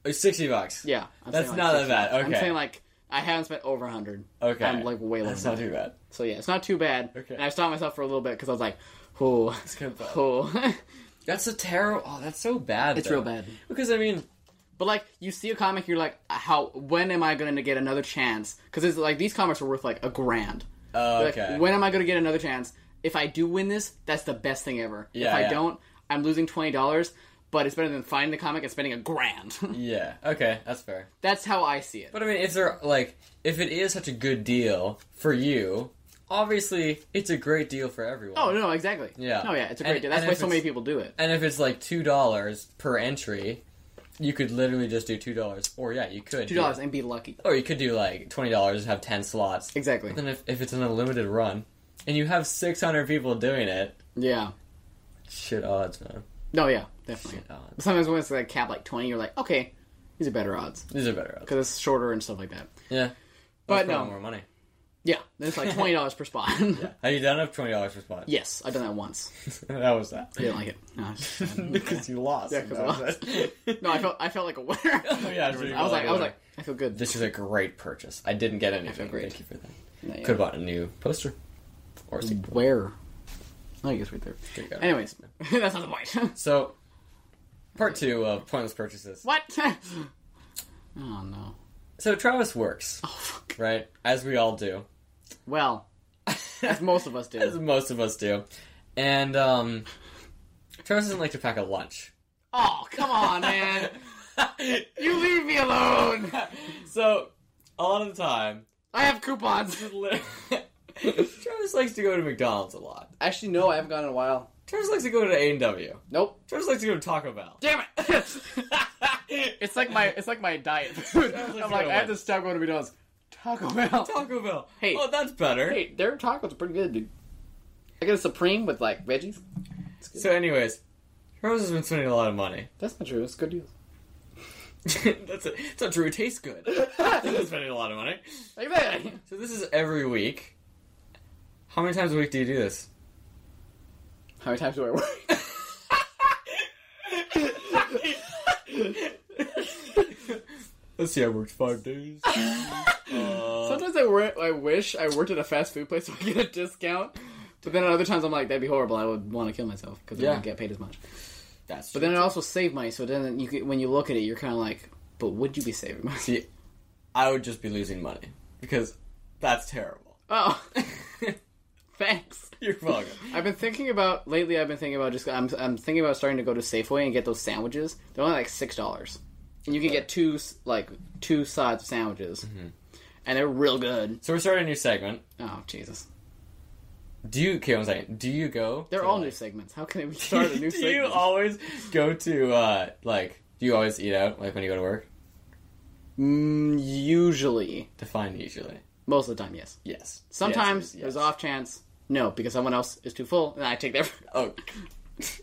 Oh, Sixty bucks. Yeah, I'm That's saying not that 60. bad, I'm okay. saying like I haven't spent over a hundred. Okay. I'm like way less. That's not too bad. So yeah, it's not too bad. Okay. And I stopped myself for a little bit because I was like, [LAUGHS] oh, That's kind of bad. oh. [LAUGHS] That's a terrible. Oh, that's so bad. It's though. real bad. Because I mean, [LAUGHS] But like you see a comic, you're like, how? When am I going to get another chance? Because it's like these comics are worth like a grand. uh, Like, okay. when am I going to get another chance? If I do win this, that's the best thing ever. if Yeah, I yeah. don't, I'm losing twenty dollars. But it's better than finding the comic and spending a grand. [LAUGHS] yeah. Okay, that's fair. that's how I see it. But I mean, if they're like, if it is such a good deal for you, obviously it's a great deal for everyone. oh no, exactly. Yeah. No, yeah, it's a And- great deal. That's and why if so many it's- people do it. And if it's like two dollars per entry, you could literally just do two dollars. Or yeah, you could Two dollars and be lucky. Or you could do like twenty dollars and have ten slots. Exactly. But then if, if it's an unlimited run, and you have six hundred people doing it, Yeah. shit odds, man. No, yeah, definitely. Shit odds. Sometimes when it's like cap like twenty, you're like, okay, these are better odds These are better odds. because it's shorter and stuff like that. Yeah. But Let's put no. on more money. Yeah, then [LAUGHS] it's like twenty dollars per spot. Have you done up twenty dollars per spot? [LAUGHS] Yes, I've done that once. [LAUGHS] that was that. I didn't like it. No, [LAUGHS] because you lost. Yeah, 'cause I lost. no I felt I felt like a winner. [LAUGHS] yeah, so you I was felt like like a I was winner. like I feel good. This is a great purchase. I didn't get anything. great. Thank you for that. Yeah, yeah. Mm. Could have bought a new poster. Or a sequel. Where? Oh, No, I guess right there. There you go. Anyways, [LAUGHS] that's not the point. [LAUGHS] So, part two of pointless purchases. what? [LAUGHS] oh no. So Travis works, Oh, fuck. right? As we all do. Well, [LAUGHS] as most of us As do. most of us do. And um, Travis doesn't like to pack a [LAUGHS] lunch. Oh, come on, man. You leave me alone. [LAUGHS] so, a lot of the time, [LAUGHS] I have coupons. Travis likes to go to McDonald's a lot. Actually, no, I haven't gone in a while. Travis likes to go to A and W. Nope. Travis likes to go to Taco Bell. Damn it. [LAUGHS] it's like my it's like my diet [LAUGHS] food. I'm like I have to stop going to McDonald's. Taco Bell. Taco Bell. Hey. oh, that's better. Hey, their tacos are pretty good, dude. I got a supreme with like veggies. So, anyways, Travis has been spending a lot of money. [LAUGHS] That's not true. It's good deals. [LAUGHS] that's it. It's not true. It tastes good. [LAUGHS] He's been spending a lot of money. Like that. So this is every week. How many times a week do you do this? [LAUGHS] How many times do I work? Let's see. I worked five days. Uh, Sometimes I, wor- I wish I worked at a fast food place [LAUGHS] so I get a discount. But then at other times I'm like, that'd be horrible. I would want to kill myself because I Yeah. wouldn't get paid as much. that's But then I also save money. So then you can, when you look at it, you're kind of like, but would you be saving money? [LAUGHS] See, I would just be losing money because that's terrible. [LAUGHS] Oh, [LAUGHS] thanks. You're welcome. I've been thinking about lately. I've been thinking about just. I'm, I'm thinking about starting to go to Safeway and get those sandwiches. They're only like six dollars, and you can get two s- like two sides of sandwiches, Mm-hmm. and they're real good. So we're starting a new segment. Oh Jesus! Do you? Okay, one second. Do you go? They're to, all like- new segments. How can [LAUGHS] we [LAUGHS] start a new do you segment? always go to uh like? Do you always eat out like when you go to work? Mm, usually, Define usually. most of the time, yes. Yes. Sometimes Yes, yes. there's off chance. No, because someone else is too full, and I take their. [LAUGHS] Oh,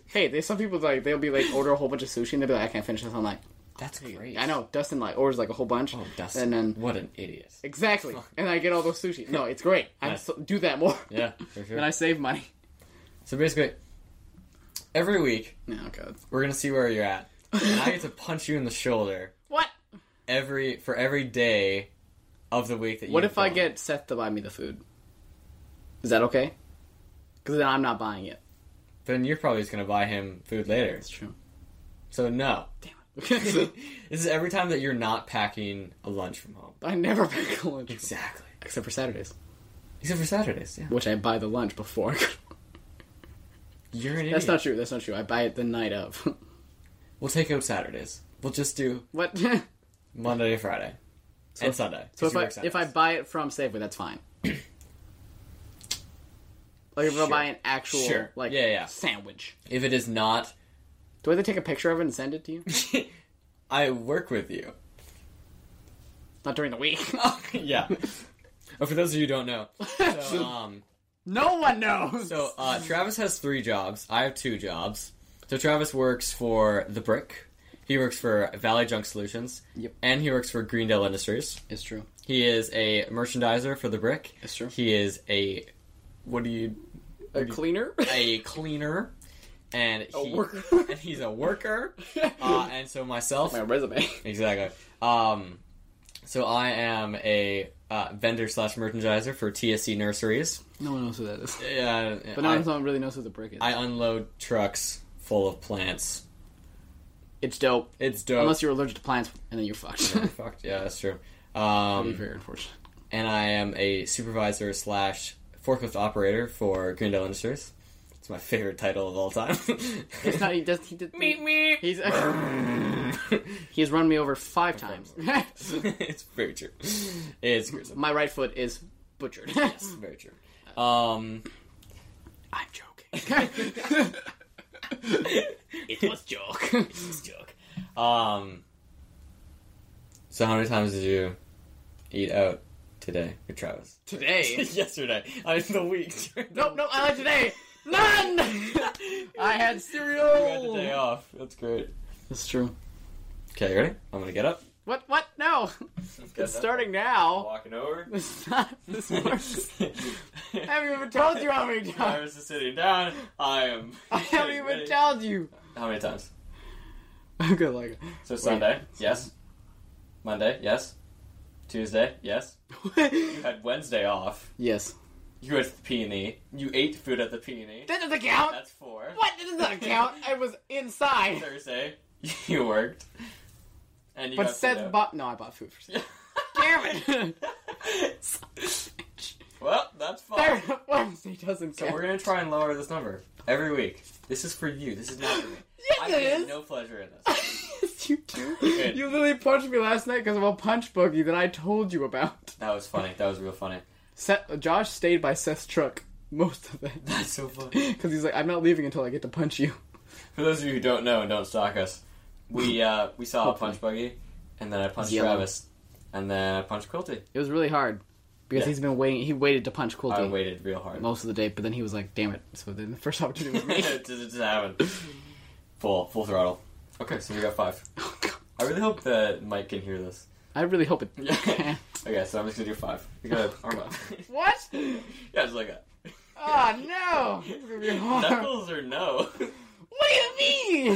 hey, there's some people like they'll be like order a whole bunch of sushi and they'll be like, I can't finish this. I'm like, that's great. I know Dustin like orders like a whole bunch. Oh, Dustin. And then what an idiot. exactly, and I get all those sushi. No, it's great. I Nice. so, do that more. Yeah, for sure. [LAUGHS] And I save money. so basically, every week No, God. we're gonna see where you're at. And I get to punch you in the shoulder What? every for every day of the week that. you What if I go. get Seth to buy me the food? Is that okay? Because then I'm not buying it. Then you're probably just gonna buy him food later. That's true. So no. Damn it. [LAUGHS] Okay. this is every time that you're not packing a lunch from home. I never [LAUGHS] pack a lunch Exactly. except for Saturdays, Except for Saturdays. Yeah. which I buy the lunch before. [LAUGHS] You're an idiot. That's not true. That's not true. I buy it the night of. [LAUGHS] We'll take out Saturdays. We'll just do what? [LAUGHS] so Monday, to Friday, and Sunday. if I Because you work if I Sundays. buy it from Safeway, [CLEARS THROAT] that's fine. like if Sure. I buy an actual Sure. like Yeah, yeah. sandwich, if it is not, do I have to take a picture of it and send it to [LAUGHS] you? I work with you. [LAUGHS] not during the week. [LAUGHS] yeah. Oh, for those of you who don't know, so, um, no one knows. so uh, Travis has three jobs. I have two jobs. So Travis works for The Brick. He works for Valley Junk Solutions. Yep. And he works for Greendale Industries. it's true. He is a merchandiser for The Brick. That's true. He is a what do you [LAUGHS] A cleaner. a cleaner and A he, [LAUGHS] worker. and he's a worker. [LAUGHS] Uh, and so myself [LAUGHS] My resume. Exactly. Um, so I am a uh, vendor slash merchandiser for TSC Nurseries. No one knows who that is. Yeah, [LAUGHS] But no I, one really knows who the brick is. I unload trucks full of plants. it's dope. It's dope. Unless you're allergic to plants, and then you're [LAUGHS] fucked. you're fucked. Yeah, that's true. Be Um, very unfortunate. and I am a supervisor slash forklift operator for Greendale Industries. It's my favorite title of all time. [LAUGHS] It's not. He does. He did. Meep, meep. [LAUGHS] He's. he has run me over five times. [LAUGHS] it's very true. It's gruesome. [LAUGHS] My right foot is butchered. It's very true. Um, [LAUGHS] I'm joking. [LAUGHS] it was joke. It's a joke. Um. So how many times did you eat out today with Travis? Today. [LAUGHS] Yesterday. I mean, the [LAUGHS] week. [LAUGHS] Nope. Nope. I like today. None. [LAUGHS] I You had the day had cereal. off. That's great. That's true. Okay, you ready? I'm gonna get up. What? What? [LAUGHS] No. It's starting now. Walking [LAUGHS] over. It's not. This works. I I [LAUGHS] haven't even told you how [LAUGHS] many times. was just sitting down. I am. I haven't getting even ready. told [LAUGHS] you. How many times? I'm good [LAUGHS] like So Sunday, yes. Monday, yes. Tuesday, yes. You had Wednesday off. yes. You had P and E. You ate food at the P and E. That doesn't count. That's four. What? That doesn't count. I was inside. Thursday, [LAUGHS] you worked. And you But got Seth food out. [LAUGHS] bought. No, I bought food for Seth. Damn it! Well, that's fine. There, Wednesday doesn't So we're count. gonna try and lower this number every week. This is for you. This is not for me. I Yes, [LAUGHS] it get is. no pleasure in this. yes, [LAUGHS] you do. Good. You literally punched me last night because of a punch boogie that I told you about. That was funny. That was real funny. [LAUGHS] Seth, Josh stayed by Seth's truck most of it [LAUGHS] That's so funny. because he's like, I'm not leaving until I get to punch you. For those of you who don't know and don't stalk us, [LAUGHS] we uh, we saw a punch buggy, and then I punched yellow. Travis, and then I punched Quilty. It was really hard because Yeah. he's been waiting. He waited to punch Quilty I waited real hard. most of the day, but then he was like, "Damn it!" So then the first opportunity. we [LAUGHS] made- it just happened. Full full throttle. Okay, so we got five. [LAUGHS] Oh, God. I really hope that Mike can hear this. I really hope it. Yeah. okay, so I'm just gonna do five. We got arm up. [LAUGHS] what? [LAUGHS] yeah, just like that. Oh [LAUGHS] no! It's gonna be hard. Knuckles or no? [LAUGHS] What do you I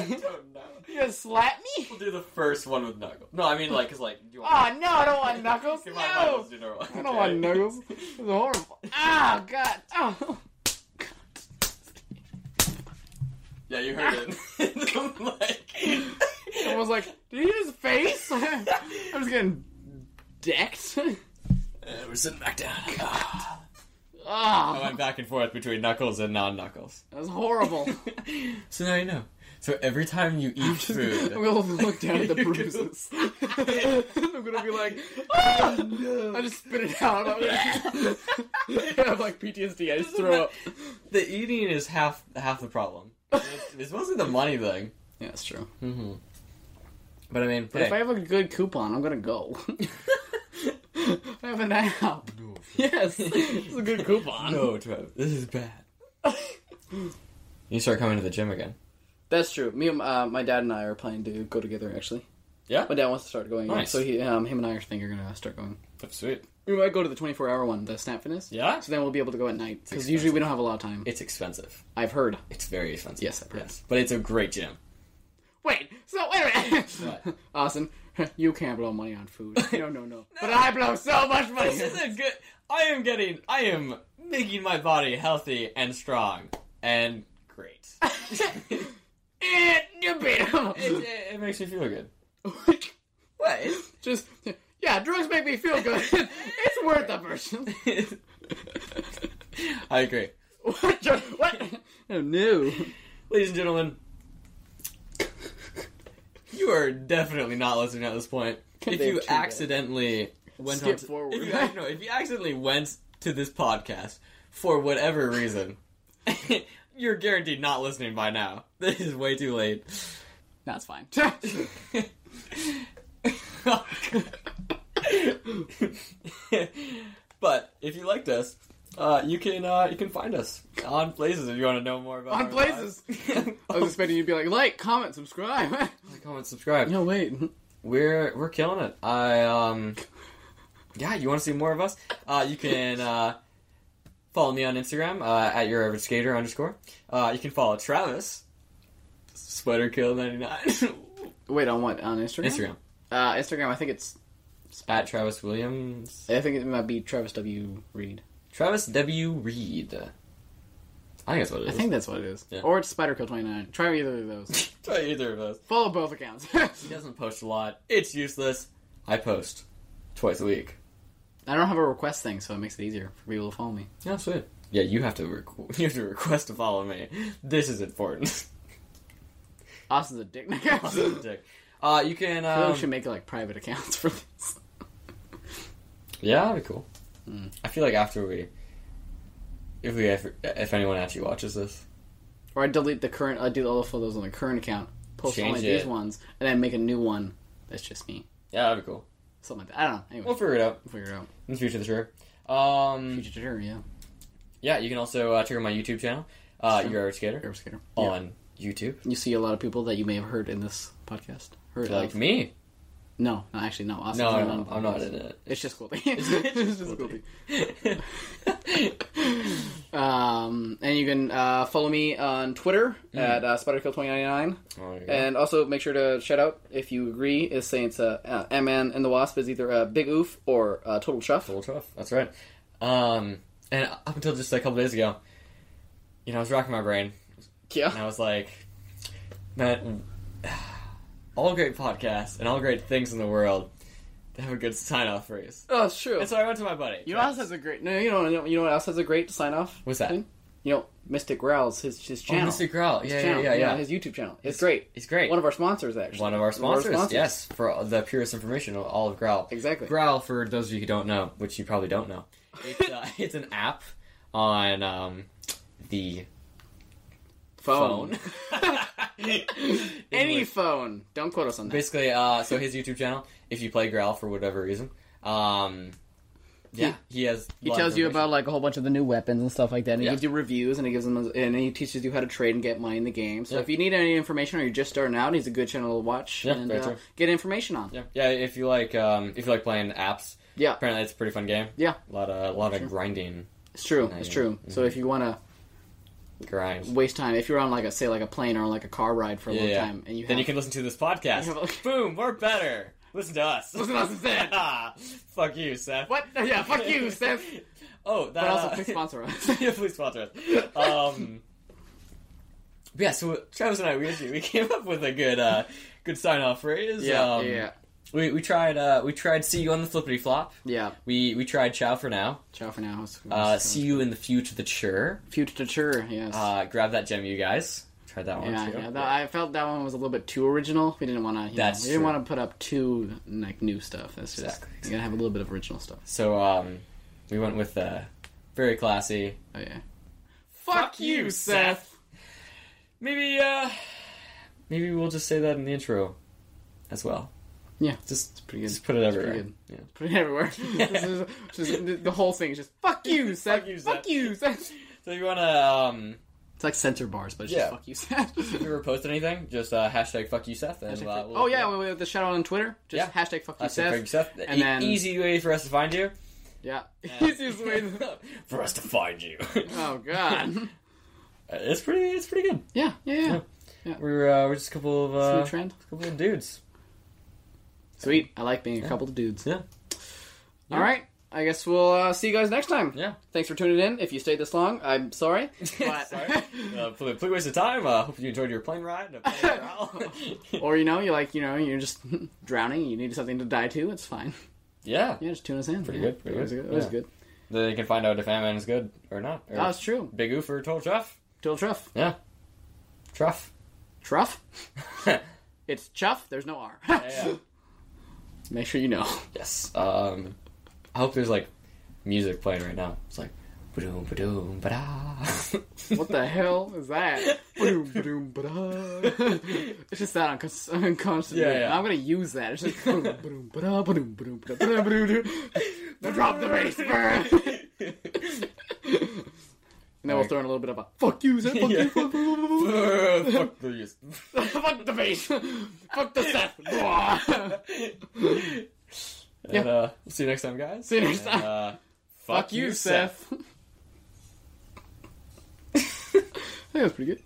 mean? don't know. You gonna slap me? We'll do the first one with Knuckles. No, I mean like, cause like, do you want? Oh no! I don't want knuckles. [LAUGHS] Okay, fine, fine, No. let's do normal. I don't want Okay. knuckles. It's horrible. Ah, God. Oh. [LAUGHS] Yeah, you heard it. [LAUGHS] I'm like- I was like, did he hit his face? [LAUGHS] I was getting decked. [LAUGHS] Uh, we're sitting back down. Ah. I Ah, went back and forth between Knuckles and non-Knuckles. that was horrible. So now you know. So every time you eat food, [LAUGHS] I'm gonna look down at the bruises. I'm gonna be like, ah! I just spit it out. [LAUGHS] I'm like, I have like PTSD. I just throw up. [LAUGHS] the eating is half half the problem. It's, it's mostly the money thing. Yeah, it's true. Mm-hmm. But I mean, But if I have a good coupon, I'm [LAUGHS] gonna go. [LAUGHS] I have an app. [LAUGHS] Yes, it's a good coupon. no, Trev, this is [LAUGHS] bad. You start coming to the gym again. That's true. Me, and uh, my dad, and I are planning to go together. Actually, Yeah, my dad wants to start going. Nice. So he, um, him and I are thinking we're gonna start going. that's sweet. We might go to the 24 hour one, the Snap Fitness. Yeah, So then we'll be able to go at night because usually we don't have a lot of time. it's expensive. I've heard. It's very expensive. Yes, I've heard. yes, but it's a great gym. Wait. So wait a minute. What? [LAUGHS] Austin, you can't blow money [LAUGHS] on food. No, no, no. But I blow so much [LAUGHS] money. This is a good. I am getting. I am making my body healthy and strong and great. [LAUGHS] it, Eh, you beat him. it, it makes me feel good. [LAUGHS] What? Just yeah, drugs make me feel good. [LAUGHS] it's worth the version. [LAUGHS] I agree, [LAUGHS] what? drug- What? Oh no. ladies and gentlemen. You are definitely not listening at this [LAUGHS] point. If They've you tuned in. accidentally went Skip on to, forward. If you, ac- no, if you accidentally went to this podcast for whatever reason, [LAUGHS] you're guaranteed not listening by now. This is way too [LAUGHS] late. [LAUGHS] That's fine. [LAUGHS] but if you liked us, uh, you can uh, you can find us on Blazes if you want to know more about On our Blazes. [LAUGHS] lives. [LAUGHS] I was expecting you to be like, like, comment, subscribe. [LAUGHS] Like, comment, subscribe. no, wait. We're we're killing it. I um, yeah. You want to see more of us? Uh, you can uh, follow me on Instagram uh, at your average skater underscore. Uh, you can follow Travis sweater kill ninety nine Wait, on what? On Instagram? Instagram Uh, Instagram, I think it's at Travis Williams. I think it might be Travis W. Reed. Travis W. Reed. I think that's what it I is. think that's what it is. Yeah. Or it's SpiderKill29. Try either of [LAUGHS] those. [LAUGHS] Try either of us. Follow both accounts. [LAUGHS] He doesn't post a lot. It's useless. I post twice a week. I don't have a request thing, so it makes it easier for people to follow me. Yeah, sweet. Yeah, you have to requ- [LAUGHS] you have to request to follow me. This is important. [LAUGHS] Austin's a dick. Awesome I [LAUGHS] dick. Uh, you can. feel like Um, we should make like private accounts for this. yeah, that'd be cool. I feel like after we, if we if, if anyone actually watches this, Or I delete the current. I do all the photos on the current account, post Change only it. these ones, and then make a new one that's just me. yeah, that'd be cool. Something like that. I don't know. Anyway, We'll figure it out we'll figure it out. in the future, for sure. Um, Future tutor, yeah. yeah, you can also uh, check out my YouTube channel, uh, Your Average Skater, Curb skater. Yeah. on YouTube. You see a lot of people that you may have heard in this podcast. Heard Like of. me. No, no, actually, no. Austin's No, not no, on no, the I'm not podcast. in it. It's just cool. [LAUGHS] It's it's just just cool. [LAUGHS] Oh, That's Um, and you can uh, follow me on Twitter Mm. at uh, SpiderKill2099. And also make sure to shout out if you agree is saying it's uh, uh, Ant-Man and the Wasp is either a big oof or uh, total chuff. right. Um, and up until just a couple days ago, you know, I was racking my brain, and Yeah. I was like, man, all great podcasts and all great things in the world They have a good sign off phrase. Oh, it's true. And so I went to my buddy. you know what else has a great? No, you know, you know- you know what else has a great sign off? What's that? You know, Mystic Growl's his his oh, channel. Mr. Growl. Yeah, yeah, channel, yeah, yeah. His YouTube channel. It's, great. He's great. One of our sponsors, actually. One of our sponsors, sponsors. yes, for all- the purest information on all of Growl. Exactly. Growl, for those of you who don't know, which you probably don't know, it's, [LAUGHS] uh, it's an app on um, the phone. phone. [LAUGHS] Any Anyway, phone. Don't quote us on that. basically, uh, so his YouTube channel, if you play Growl for whatever reason, um, yeah, he, has. He tells you about like a whole bunch of the new weapons and stuff like that. And Yeah. He gives you reviews and he gives them and he teaches you how to trade and get money in the game. So Yeah. if you need any information or you're just starting out, he's a good channel to watch Yeah, and very uh, true. get information on. Yeah, yeah. If you like, um, if you like playing apps, Yeah, apparently it's a pretty fun game. Yeah. a lot of a lot of grinding, it's true. Yeah, It's yeah. true. So if you want to grind. waste time, if you're on like a say like a plane or like a car ride for a Yeah, long yeah. time, and you then have, you can listen to this podcast. You have a- Boom, we're better. Listen to us. Listen to us instead. [LAUGHS] Fuck you, Seth. what? Yeah, fuck [LAUGHS] you, Seth. Oh, that. But also, uh, please sponsor us. [LAUGHS] yeah, please sponsor us. Um, but yeah, so Travis and I, we actually, we came up with a good, uh, good sign off phrase. um, yeah, We, we tried uh, we tried see you on the flippity flop. yeah. We we tried ciao for now. Ciao for now. It's- Uh, it's- see you in the future. The chur. Future, yes. Uh, grab that gem, you guys. Tried that one yeah, too. yeah. That, I felt that one was a little bit too original. We didn't want That's to. That's know, we didn't true. want to put up too like new stuff. That's just Exactly, you gotta have a little bit of original stuff. So um, we went with uh, very classy. Oh yeah. Fuck you, Seth. Maybe uh maybe we'll just say that in the intro as well. Yeah. Just pretty good. Just put it everywhere. pretty Yeah. Put it everywhere. [LAUGHS] This is- just- the- the whole thing is just fuck you, Seth. [LAUGHS] Fuck you, Seth. Fuck you, Seth. So if you wanna um It's like censor bars, but it's Yeah. just fuck you, [LAUGHS] Seth. if you ever post anything, just uh hashtag fuck you Seth and uh, we'll oh yeah, we we have the shout out on Twitter. Just Yeah. hashtag fuck you, Hashtag Seth. fuck you Seth. And E- then- easy way for us to find you. Yeah. [LAUGHS] Easiest way. [LAUGHS] for us to find you. Uh, Oh [LAUGHS] god. it's pretty it's pretty good. Yeah, yeah, yeah. We're uh, we're just a couple of It's a uh new trend. couple of dudes. Sweet. I like being a couple of dudes. Yeah. All right. I guess we'll uh, see you guys next time. Yeah. Thanks for tuning in. If you stayed this long, I'm sorry. [LAUGHS] But- Sorry. Uh, complete complete waste of time. Uh, hope you enjoyed your plane ride. and plane growl. [LAUGHS] or you know, you're like, you know, you're just [LAUGHS] drowning. You need something to die to. It's fine. [LAUGHS] yeah. Yeah, just tune us in. Pretty Yeah. good, pretty it was good. good. It was Yeah. good. Then you can find out if Ant Man is good or not. Or Oh, it's true. Big Oof or Total Truff. Till Truff. Yeah. Truff. [LAUGHS] Truff. Yeah, It's Chuff. There's no R. yeah. [LAUGHS] Make sure you know. yes. Um, I hope there's like music playing right now. It's like. Ba-doom, ba-doom, ba-da. [LAUGHS] What the hell is that? Boom, boom, ba-da. [LAUGHS] it's just that on cons- on constant. Yeah, loop. yeah. I'm gonna use that. It's just boom, boom, ba-da, boom, boom, ba-da, ba-da, ba-da, ba-da. drop the bass, burn. And then we'll throw in a little bit of a fuck you, Seth, fuck [LAUGHS] Yeah. you, fuck, fuck, [LAUGHS] Fuck fuck, fuck, the [LAUGHS] yes. fuck, fuck the face, fuck the Seth. Blah. And, uh, we'll see you next time, guys. See you next And, uh, time. [LAUGHS] fuck, you, Seth. [LAUGHS] I think that's pretty good.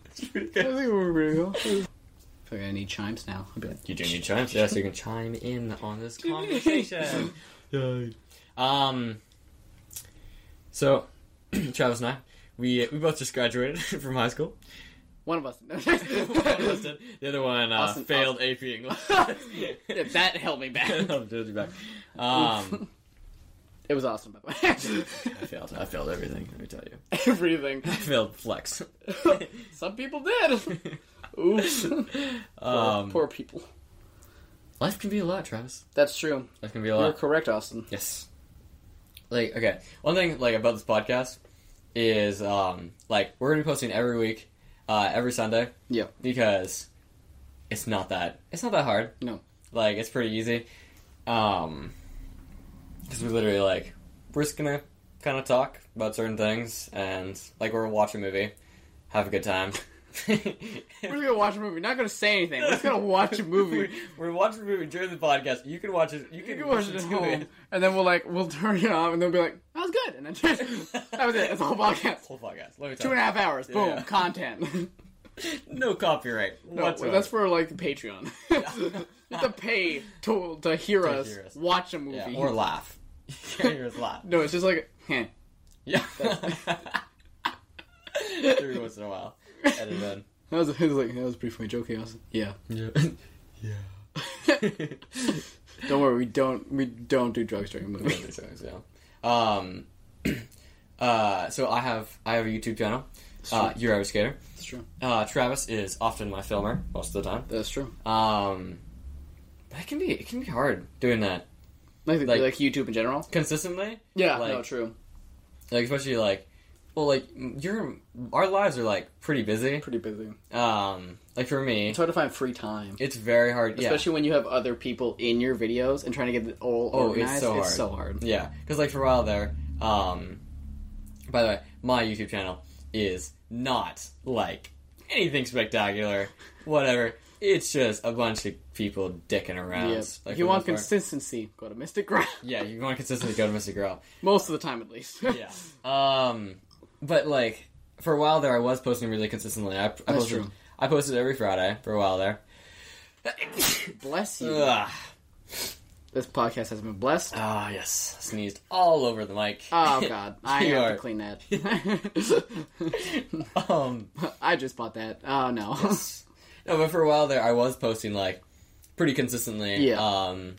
I you think we're pretty cool. I feel like I need chimes now. I'll be like, do need chimes, yes. [LAUGHS] You can chime in on this conversation. [LAUGHS] Um. So, [CLEARS THROAT] Travis and I, we we both just graduated [LAUGHS] from high school. one of us. [LAUGHS] One of us did. The other one uh, Austin- failed AP [LAUGHS] English. Yeah, that held me back. [LAUGHS] I'm judging back. Um, It was awesome, by the I failed. I failed everything. Let me tell you. way. [LAUGHS] Everything. I failed [LAUGHS] flex. Some people did. Oops. Um, Poor people. life can be a lot, Travis. That's true. Life can be a You're lot. correct, Austin. Yes. Like okay, one thing like about this podcast is um like we're gonna be posting every week, uh, every Sunday Yeah. because it's not that it's not that hard. No. Like it's pretty easy. Um, because we literally like we're just gonna kind of talk about certain things and like we're watch a movie, have a good time. [LAUGHS] We're just gonna watch a movie. Not gonna say anything. We're just gonna [LAUGHS] watch [LAUGHS] a movie. We're watching a movie during the podcast. You can watch it. You can, You can watch it at listen to home, and then we'll like we'll turn it off, and they'll be like, "That was good," and then just, that was it. That's the whole podcast. Whole podcast. Let me Two tell and a half hours. Boom. Yeah. Content. [LAUGHS] No copyright. No, whatsoever. that's for like the Patreon. [LAUGHS] you have to pay to to hear, us, hear us. watch a movie. Yeah, or laugh. [LAUGHS] Yeah, yours laugh. no, it's just like, [LAUGHS] huh. Yeah. Every once in a while. And then. That [LAUGHS] was, it was like that was a pretty funny joke, yeah. I was- Yeah. Yeah. yeah. Don't worry, we don't we don't do drugs during a movie. Other songs, yeah. Um, [CLEARS THROAT] uh, so I have I have a YouTube channel. Uh, Sure. You're Irish Skater. That's true. Uh, Travis is often my filmer most of the time. That's true. Um, but it can be it can be hard doing that Like, Like- like, YouTube in general. consistently. Yeah. like, no, true. like especially like, well, like your our lives are like pretty busy. Pretty busy. Um, like for me, It's hard to find free time, it's very hard. Yeah, especially when you have other people in your videos and trying to get it all Oh, it's organized. so hard. Yeah, because like for a while there, um, by the way, my YouTube channel is not like anything spectacular, whatever. It's just a bunch of people dicking around. Yeah. like, if for you the want most part. consistency, go to Mystic [LAUGHS] Ground. yeah, you want consistently go to Mr. Girl. Most of the time, at least. Yeah. Um, but like for a while there, I was posting really consistently. I, I posted, true. I posted every Friday for a while there. [LAUGHS] Bless you. Ugh. This podcast has been blessed. Ah, yes, sneezed all over the mic. [LAUGHS] Oh [LAUGHS] God, I You have are- to clean [LAUGHS] that. [LAUGHS] um. [LAUGHS] I just bought that. Oh no. No, but for a while there, I was posting like pretty consistently. Yeah. Um,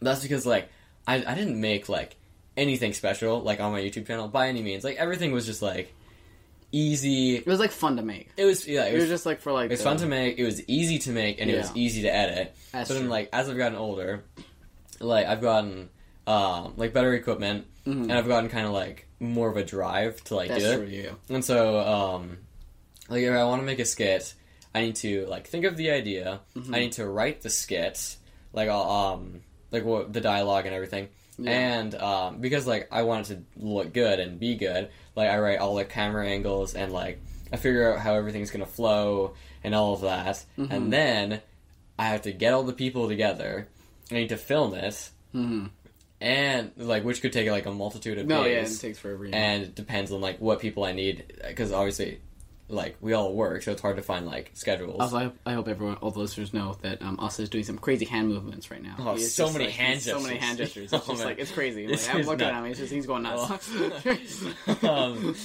that's because like I I didn't make like anything special like on my YouTube channel by any means. Like everything was just like easy. [LAUGHS] It was like fun to make. It was yeah. It It was, was just like for like. it was the- fun to make. It was easy to make, and it was Yeah. easy to edit. That's but then true. like as I've gotten older, like I've gotten um like better equipment, and I've gotten kind of like more of a drive to like Mm-hmm. That's do it. true. Yeah. And so, um, like, if I want to make a skit, I need to like think of the idea. Mm-hmm. I need to write the skit, like, I'll, um, like what the dialogue and everything. And um, because like I want it to look good and be good, like I write all the camera angles and like I figure out how everything's gonna flow and all of that, Mm-hmm. and then I have to get all the people together. I need to film it, hmm and like which could take like a multitude of No, days yeah, it takes forever. Yeah. and it depends on like what people I need because obviously, like we all work, so it's hard to find like schedules. also, I, I hope everyone, all the listeners, know that um, us is doing some crazy hand movements right now. Oh, He is so just, many like, hand So many gestures. hand gestures. [LAUGHS] It's Oh, just man. like it's crazy. Like, This I'm is looking nuts. at him. He's just he's going nuts. [LAUGHS] um, not [LAUGHS]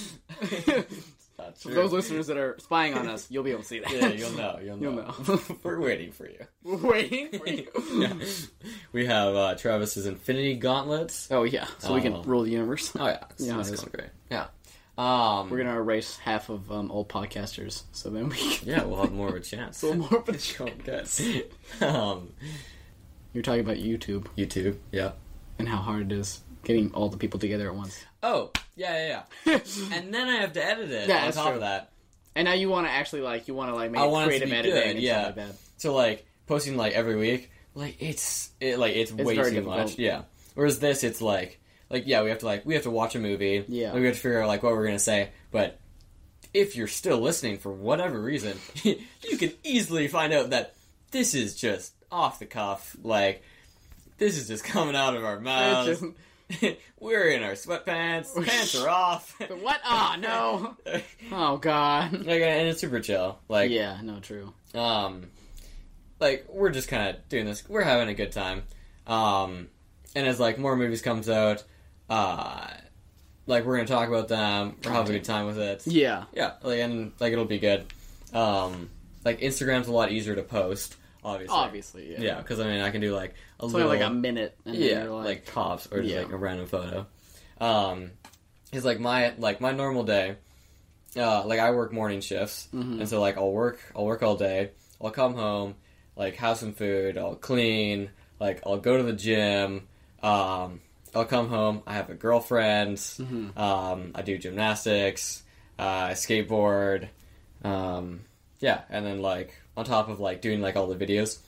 For true. those listeners that are spying on us, you'll be able to see that. [LAUGHS] yeah, you'll know. You'll know. [LAUGHS] You'll know. We're waiting [LAUGHS] for you. [LAUGHS] Waiting for you. [LAUGHS] Yeah. We have uh, Travis's Infinity Gauntlets. Oh yeah, so we Oh. can rule the universe. [LAUGHS] Oh yeah, it's, Yeah, it's that's- going great. Yeah. Um, We're gonna erase half of um, old podcasters, so then we can [LAUGHS] yeah, we'll have more of a chance. yeah. more. [LAUGHS] oh, good. um, You're talking about YouTube YouTube. Yeah. and how hard it is getting all the people together at once. [LAUGHS] Oh, yeah, yeah, yeah. and then I have to edit it Yeah, on that's top of true. that. And now you want to actually like you want to like make I want it to creative be editing good, and yeah. stuff like that. So like posting like every week, like it's it, like it's, way very too difficult. much. Yeah. Whereas this, it's like like yeah, we have to like we have to watch a movie. Yeah. Like, we have to figure out like what we're gonna say. But if you're still listening for whatever reason, [LAUGHS] you can easily find out that this is just off the cuff. Like this is just [LAUGHS] coming out of our mouths. [LAUGHS] It's [LAUGHS] We're in our [LAUGHS] sweatpants. Pants are off. just- what? Oh no! [LAUGHS] [LAUGHS] like, Oh god! and it's super chill. Like Yeah, no, true. um like we're just kind of doing this we're having a good time um and as like more movies comes out uh like we're gonna talk about them we're having a good time with it Yeah, yeah like and like it'll be good um like instagram's a lot easier to post obviously obviously. Yeah, yeah because i mean i can do like a It's only little like a minute. And then yeah, you're like, like, tops or just Yeah. like a random photo. Um, it's like my like my normal day. Uh, like I work morning shifts, Mm-hmm. and so like I'll work I'll work all day. I'll come home, like have some food. I'll clean. Like I'll go to the gym. Um, I'll come home. I have a girlfriend. [LAUGHS] Mm-hmm. [LAUGHS] Um, I do gymnastics. Uh, I skateboard. Um, yeah, and then like on top of like doing like all the videos,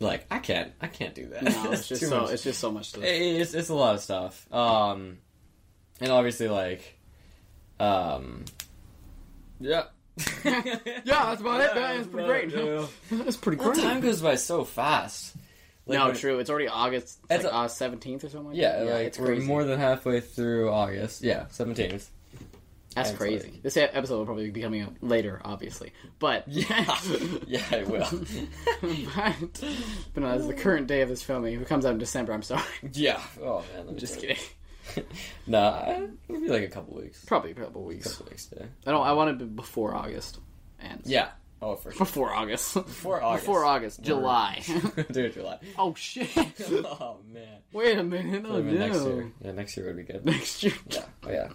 like I can't I can't do that. [LAUGHS] no, That's it's just too so much it's just so much. To it- it's it's a lot of stuff. Um, and obviously, like, um, [LAUGHS] yeah, [LAUGHS] yeah, [LAUGHS] that's about it. That that's is pretty about it, great. [LAUGHS] that's pretty yeah. great. Time goes by so fast. Like, no, we're- true. It's already August. It's It's like a- August seventeenth or something. Like Yeah, that. like it's we're crazy. more than halfway through August. Yeah, [LAUGHS] seventeenth. That's That's crazy. This episode will probably be coming out later, obviously. [LAUGHS] But Yeah, yeah, I will. [LAUGHS] but, but no, that's the current day of this filming. If it comes out in December, I'm sorry. [LAUGHS] yeah. Oh man, I'm Just kidding. Nah, it'll be like a couple weeks. Probably a couple weeks. Couple weeks. Yeah. I don't. I want it before August ends. Yeah. Oh, first Before August. [LAUGHS] before August. Before August. July. [LAUGHS] [LAUGHS] Dude, July. oh, shit. [LAUGHS] oh man. Wait a minute. Oh, Would've been no. Next year. Yeah, next year would be good. [LAUGHS] Next year. Yeah. Oh yeah.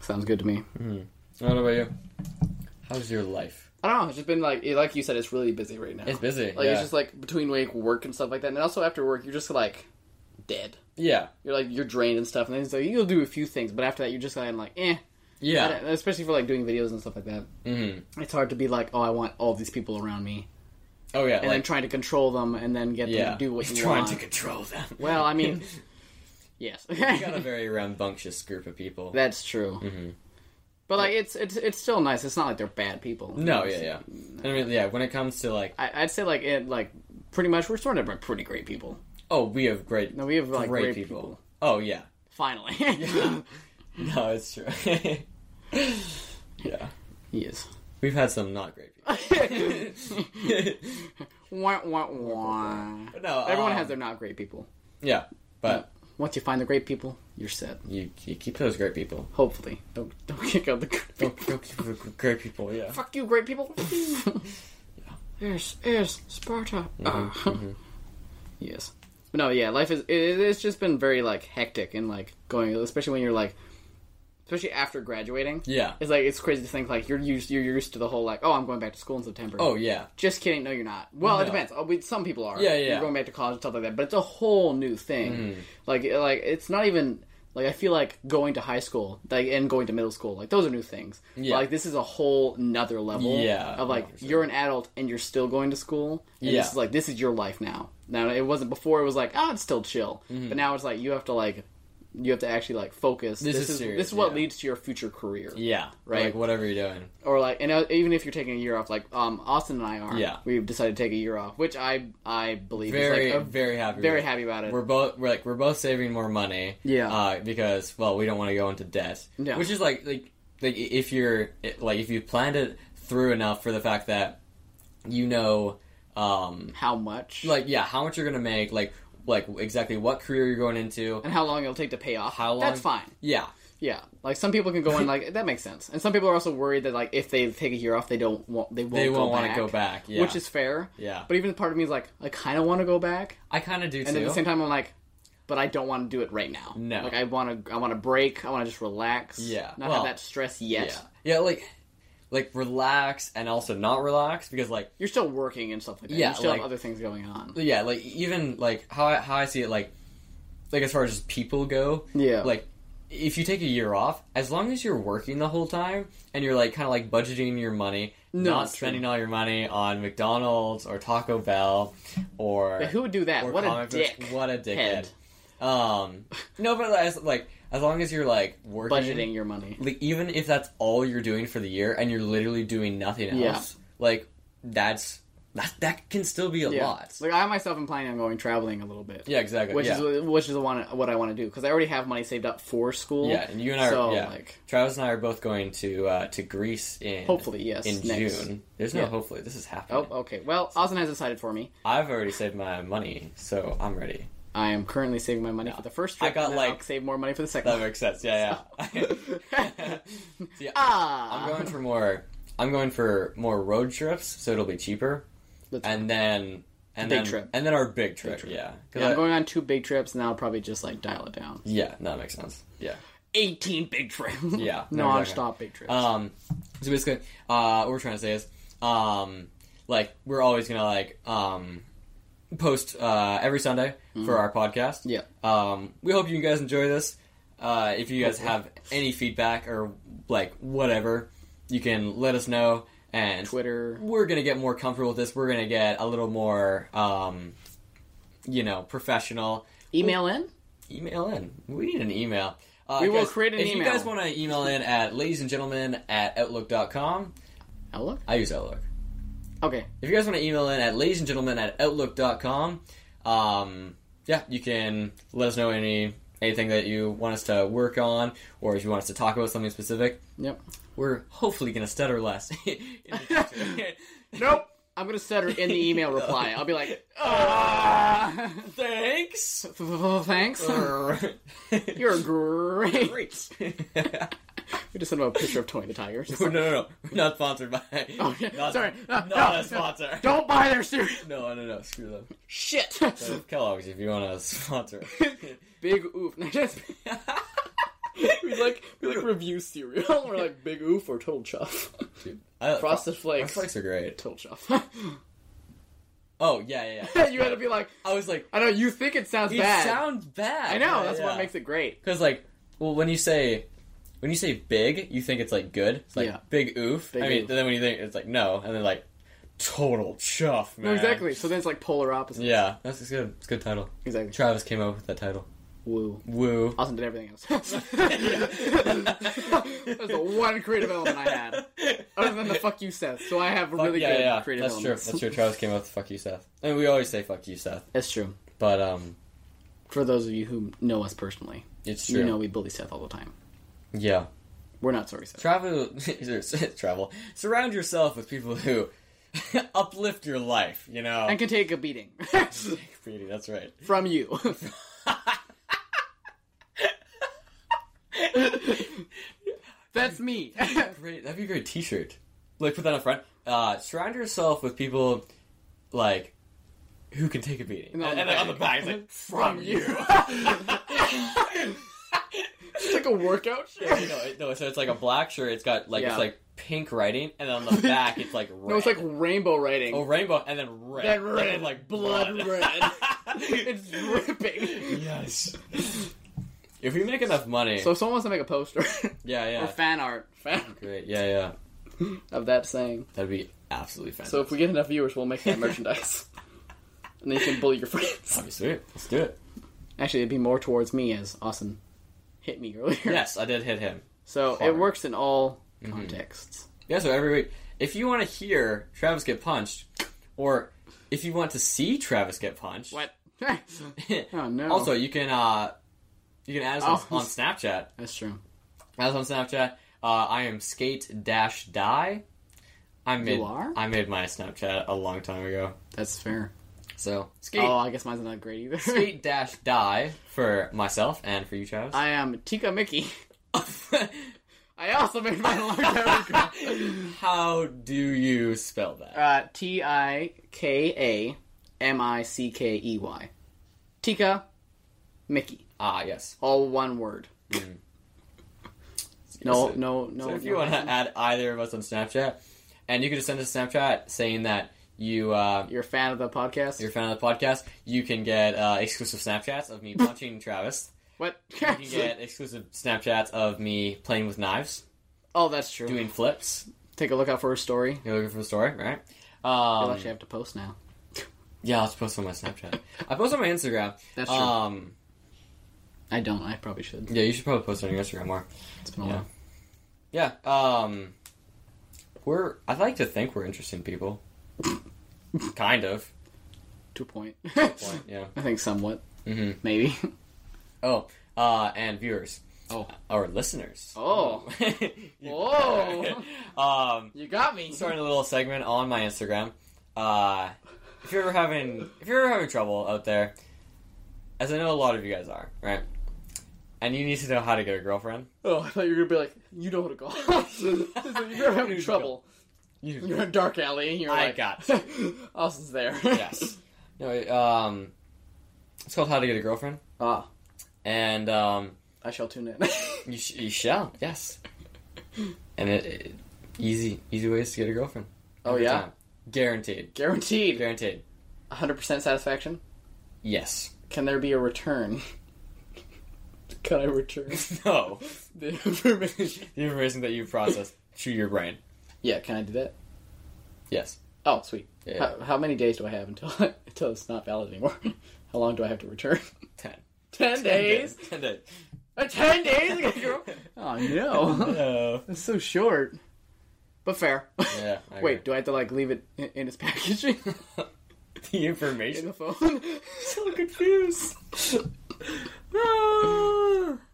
Sounds good to me. What about you? How's your life? I don't know. It's just been like, like you said, it's really busy right now. It's busy. Like yeah. it's just like between like work and stuff like that, and also after work you're just like dead. yeah. You're like you're drained and stuff, and then it's like you'll do a few things, but after that you're just kind of like eh. I Yeah. don't- Especially for like doing videos and stuff like that, hmm it's hard to be like, oh, I want all these people around me, Oh yeah. and then like, trying to control them, and then get yeah. them to do [LAUGHS] what you trying want. to control them. Well, I mean, yes, [LAUGHS] you [LAUGHS] got a very rambunctious group of people. that's true. Mm-hmm. But like, it's it's it's still nice. It's not like they're bad people. no. Yeah. Yeah. I mean, yeah. When it comes to like, I, I'd say like it like pretty much we're surrounded by pretty great people. oh, we have great, No, we have like great, great, people. people. Oh yeah. [LAUGHS] Finally. No, it's true. [LAUGHS] yeah. yes. We've had some not great people. Wah, wah, wah. But no. Everyone um, has their not great people. [LAUGHS] Yeah. But Once you find the great people, you're set. you, you keep those great people. Hopefully, don't don't [LAUGHS] kick out the great people. Don't, don't keep the great people. Yeah. Fuck you, great people. [LAUGHS] Yes, yes, Sparta. Mm-hmm, Ah. [LAUGHS] yes, but no, yeah, life is. It, it's just been very like hectic and like going, especially when you're like, especially after graduating. Yeah. It's like it's crazy to think like you're used you're used to the whole like oh I'm going back to school in September. Oh yeah. Just kidding. No, you're not. Well, No. it depends. Oh, we, some people are. Yeah, yeah. Mm. You're going back to college and stuff like that, but it's a whole new thing. Like, like it's not even like I feel like going to high school, like and going to middle school, like those are new things. Yeah. Like this is a whole nother level. Yeah, Of like 100%. you're an adult and you're still going to school. And Yeah. This is like this is your life now. Now it wasn't before. It was like oh, it's still chill, Mm-hmm. but now it's like you have to like you have to actually like focus. This is serious, this is what yeah. leads to your future career Yeah. Right. Like whatever you're doing. or like and uh, even if you're taking a year off like um austin and i are Yeah. we've decided to take a year off which i i believe Very is like a, very happy. very with. happy about it We're both we're like we're both saving more money. Yeah. Uh, because well we don't want to go into debt. No. Which is like like like i- if you're it- like if you planned it through enough for the fact that you know um how much like yeah how much you're gonna make like like exactly what career you're going into and how long it'll take to pay off How long- that's fine yeah yeah like some people can go in like that makes sense and some people are also worried that like if they take a year off they don't want they won't, they won't want to go back yeah which is fair yeah but even part of me is like i kind of want to go back I kind of do and too at the same time i'm like but I don't want to do it right now. No. like I want to. I want to break. I want to just relax. Yeah, not well, have that stress yet. yeah yeah like like relax and also not relax because like You're still working and stuff like that. Yeah, you still like- have other things going on. But yeah, like even like how I, how I see it, like like as far as just people go, Yeah. Like if you take a year off, as long as you're working the whole time and you're like kind of like budgeting your money, No, not true. spending all your money on McDonald's or Taco Bell or Who would do that? or What a comic books. dick. what a dickhead. Head. Um, no, but as like as long as you're like working, Budgeting your money. like even if that's all you're doing for the year and you're literally doing nothing Yeah. else, like that's that that can still be a Yeah. lot. Like I myself am planning on going traveling a little bit. yeah, exactly. Which yeah. is which is the one what I want to do because I already have money saved up for school. Yeah, and you and I, So are, yeah, like, Travis and I are both going to uh, to Greece in hopefully, yes. in next. June. There's no Yeah. hopefully. This is happening. Oh, okay. Well, Austin has decided for me. I've already saved my money, so I'm ready. I am currently saving my money for the first trip. I got, and then I'll like- save more money for the second. That one. makes sense. Yeah, [LAUGHS] [LAUGHS] yeah. See, ah, I'm going for more. I'm going for more road trips, so it'll be cheaper. That's- and then and Big then trip. and then our big trip. trip. Yeah, 'Cause Yeah, I- I'm going on two big trips, and I'll probably just like dial it down. yeah, no, that makes sense. Yeah, 18 big Uh, trips. [LAUGHS] yeah, no, non exactly. stop big trips. Um, so basically, uh, what we're trying to say is, um, like we're always gonna like um, post uh, every Sunday for our podcast. Mm-hmm. Yeah. Um, we hope you guys enjoy this. Uh, if you guys have any feedback or like whatever, you can let us know. And Twitter. we're gonna get more comfortable with this. We're gonna get a little more, um, you know, professional. Email in? Email in. We need an email. Uh, We will guys, create an if email. you guys want to email in at ladies and gentlemen at outlook.com, Outlook? I use Outlook. Okay. If you guys want to email in at ladies and gentlemen at outlook.com, um, yeah, you can let us know any anything that you want us to work on or if you want us to talk about something specific. Yep. We're hopefully going to stutter less. [LAUGHS] in the future. Nope. I'm gonna set her in [LAUGHS] the email reply. I'll be like, [LAUGHS] ah, Thanks. thanks. [LAUGHS] Grr. [LAUGHS] You're great. Great. we just sent him a picture of Tony the [LAUGHS] Tiger. Just no, like, no, no. We're not sponsored by. Oh, yeah. Not, Sorry. No, not no, a sponsor. [LAUGHS] Don't buy their cereal. No, no, no. Screw them. [LAUGHS] Shit. So, Kellogg's, if you want to [LAUGHS] sponsor. big oof. [LAUGHS] No, just- we like we like review cereal. [LAUGHS] We're like big oof or total chuff. I- Frosted Flakes. Frosted Flakes are great. Total chuff. [LAUGHS] Oh yeah, yeah. yeah. you had to be like, I was like, I know you think it sounds it bad. sounds bad. I know that's what makes it great. Because like, well, when you say when you say big, you think it's like good. It's like Yeah. big oof. Big I mean, oof. then when you think it's like no, and then like total chuff, man. No, exactly. So then it's like polar opposite. Yeah, that's it's good. It's a good title. Exactly. Travis came up with that title. Woo. Woo. [LAUGHS] Austin did everything else. That's the one creative element I had. Other than the fuck you, Seth. So I have really yeah, good yeah, creative that's true. elements. That's true. Travis came up with "fuck you, Seth," and we always say "fuck you, Seth," That's true. but um, For those of you who know us personally, it's true. you know we bully Seth all the time. yeah, We're not sorry, Seth. travel, [LAUGHS] travel. Surround yourself with people who [LAUGHS] uplift your life. You know, and can take a beating [LAUGHS] Pretty, that's right. [LAUGHS] from you. [LAUGHS] That's [LAUGHS] me. Great. That'd be a great T-shirt. Like put that on front. Uh, surround yourself with people like who can take a beating. And, And on the and then back. on the back, it's like from you. [LAUGHS] [LAUGHS] It's like a workout Yeah, you know, it- [LAUGHS] no, so it's like a black shirt. It's got like Yeah. it's like pink writing, and on [LAUGHS] the back it's like red. No, it's like rainbow writing. oh rainbow, and then red, Then red. And like [LAUGHS] Blood red. [LAUGHS] It's dripping. yes. If we make enough money, So if someone wants to make a poster yeah, or yeah, fan art fan great, yeah, yeah, of that saying. that'd be absolutely fantastic. So if we get enough viewers, we'll make that merchandise. and then you can bully your friends. that'd be sweet. Let's do it. Actually, it'd be more towards me as Austin hit me earlier. Yes, I did hit him. So Hard. it works in all Mm-hmm. contexts. Yeah, so every week, if you want to hear Travis get punched, or if you want to see Travis get punched, [LAUGHS] oh no. also you can uh, you can add us on- Oh. on Snapchat. [LAUGHS] that's true. Add us on Snapchat. Uh, I am skate dash die. I made are? I made my Snapchat a long time ago. That's fair. So skate [LAUGHS] Oh, I guess mine's not great either. skate dash die for myself and for you, Travis. [LAUGHS] I am Tika Mickey. I also made mine a long time ago. [LAUGHS] How do you spell that? Uh, T I K A M I C K E Y. Tika Mickey. Ah, yes. All one word. No, no, no. So if no you want to hyphen. add either of us on Snapchat, and you can just send us a Snapchat saying that you uh, you're a fan of the podcast. you're a fan of the podcast, you can get uh, exclusive Snapchats of me [LAUGHS] punching Travis. what? You can get exclusive Snapchats of me playing with knives, [LAUGHS] oh, that's true. doing flips. Take a look out for her story. You're looking for the story, right? I'll Um, actually have to post now. yeah, I'll just post on my Snapchat. I post on my Instagram. That's true. Um, I don't. I probably should. yeah, you should probably post on your Instagram more. It's been a Yeah. Yeah. while. Um, we're. I'd like to think we're interesting [LAUGHS] people. kind of. Two point. Point, yeah. [LAUGHS] I think somewhat. Mhm. Maybe. Oh, uh, and viewers Oh. or listeners. Oh. [LAUGHS] You- Whoa. [LAUGHS] um, [LAUGHS] You got me. starting a little segment on my Instagram. Uh, if you're ever having if you're ever having trouble out there, as I know a lot of you guys are, right? And you need to know how to get a girlfriend. Oh, I thought you were gonna be like, you know what to call. [LAUGHS] you're having trouble. You're in a dark alley. And you're I like, got [LAUGHS] Austin's there. [LAUGHS] yes. No. it, Um, it's called How to Get a Girlfriend, Ah, and um, I shall tune in. [LAUGHS] You, sh- you shall, yes. And it, it- easy, easy ways to get a girlfriend. Oh, Every yeah? time. guaranteed, Guaranteed. guaranteed. 100% satisfaction. Yes. [LAUGHS] Can there be a return? [LAUGHS] Can I return [LAUGHS] No. the information? The information that you process through your brain. Yeah, can I do that? Yes. Oh, sweet. Yeah. How, how many days do I have until [LAUGHS] until it's not valid anymore? [LAUGHS] How long do I have to return? [LAUGHS] Ten. Ten days. Ten days. Uh, Ten days. [LAUGHS] oh [LAUGHS] no, No. that's so short. But [LAUGHS] fair. Yeah. I Wait, do I have to like leave it in, [LAUGHS] in its packaging agree. [LAUGHS] the in [LAUGHS] information. the phone? so confused. Ah.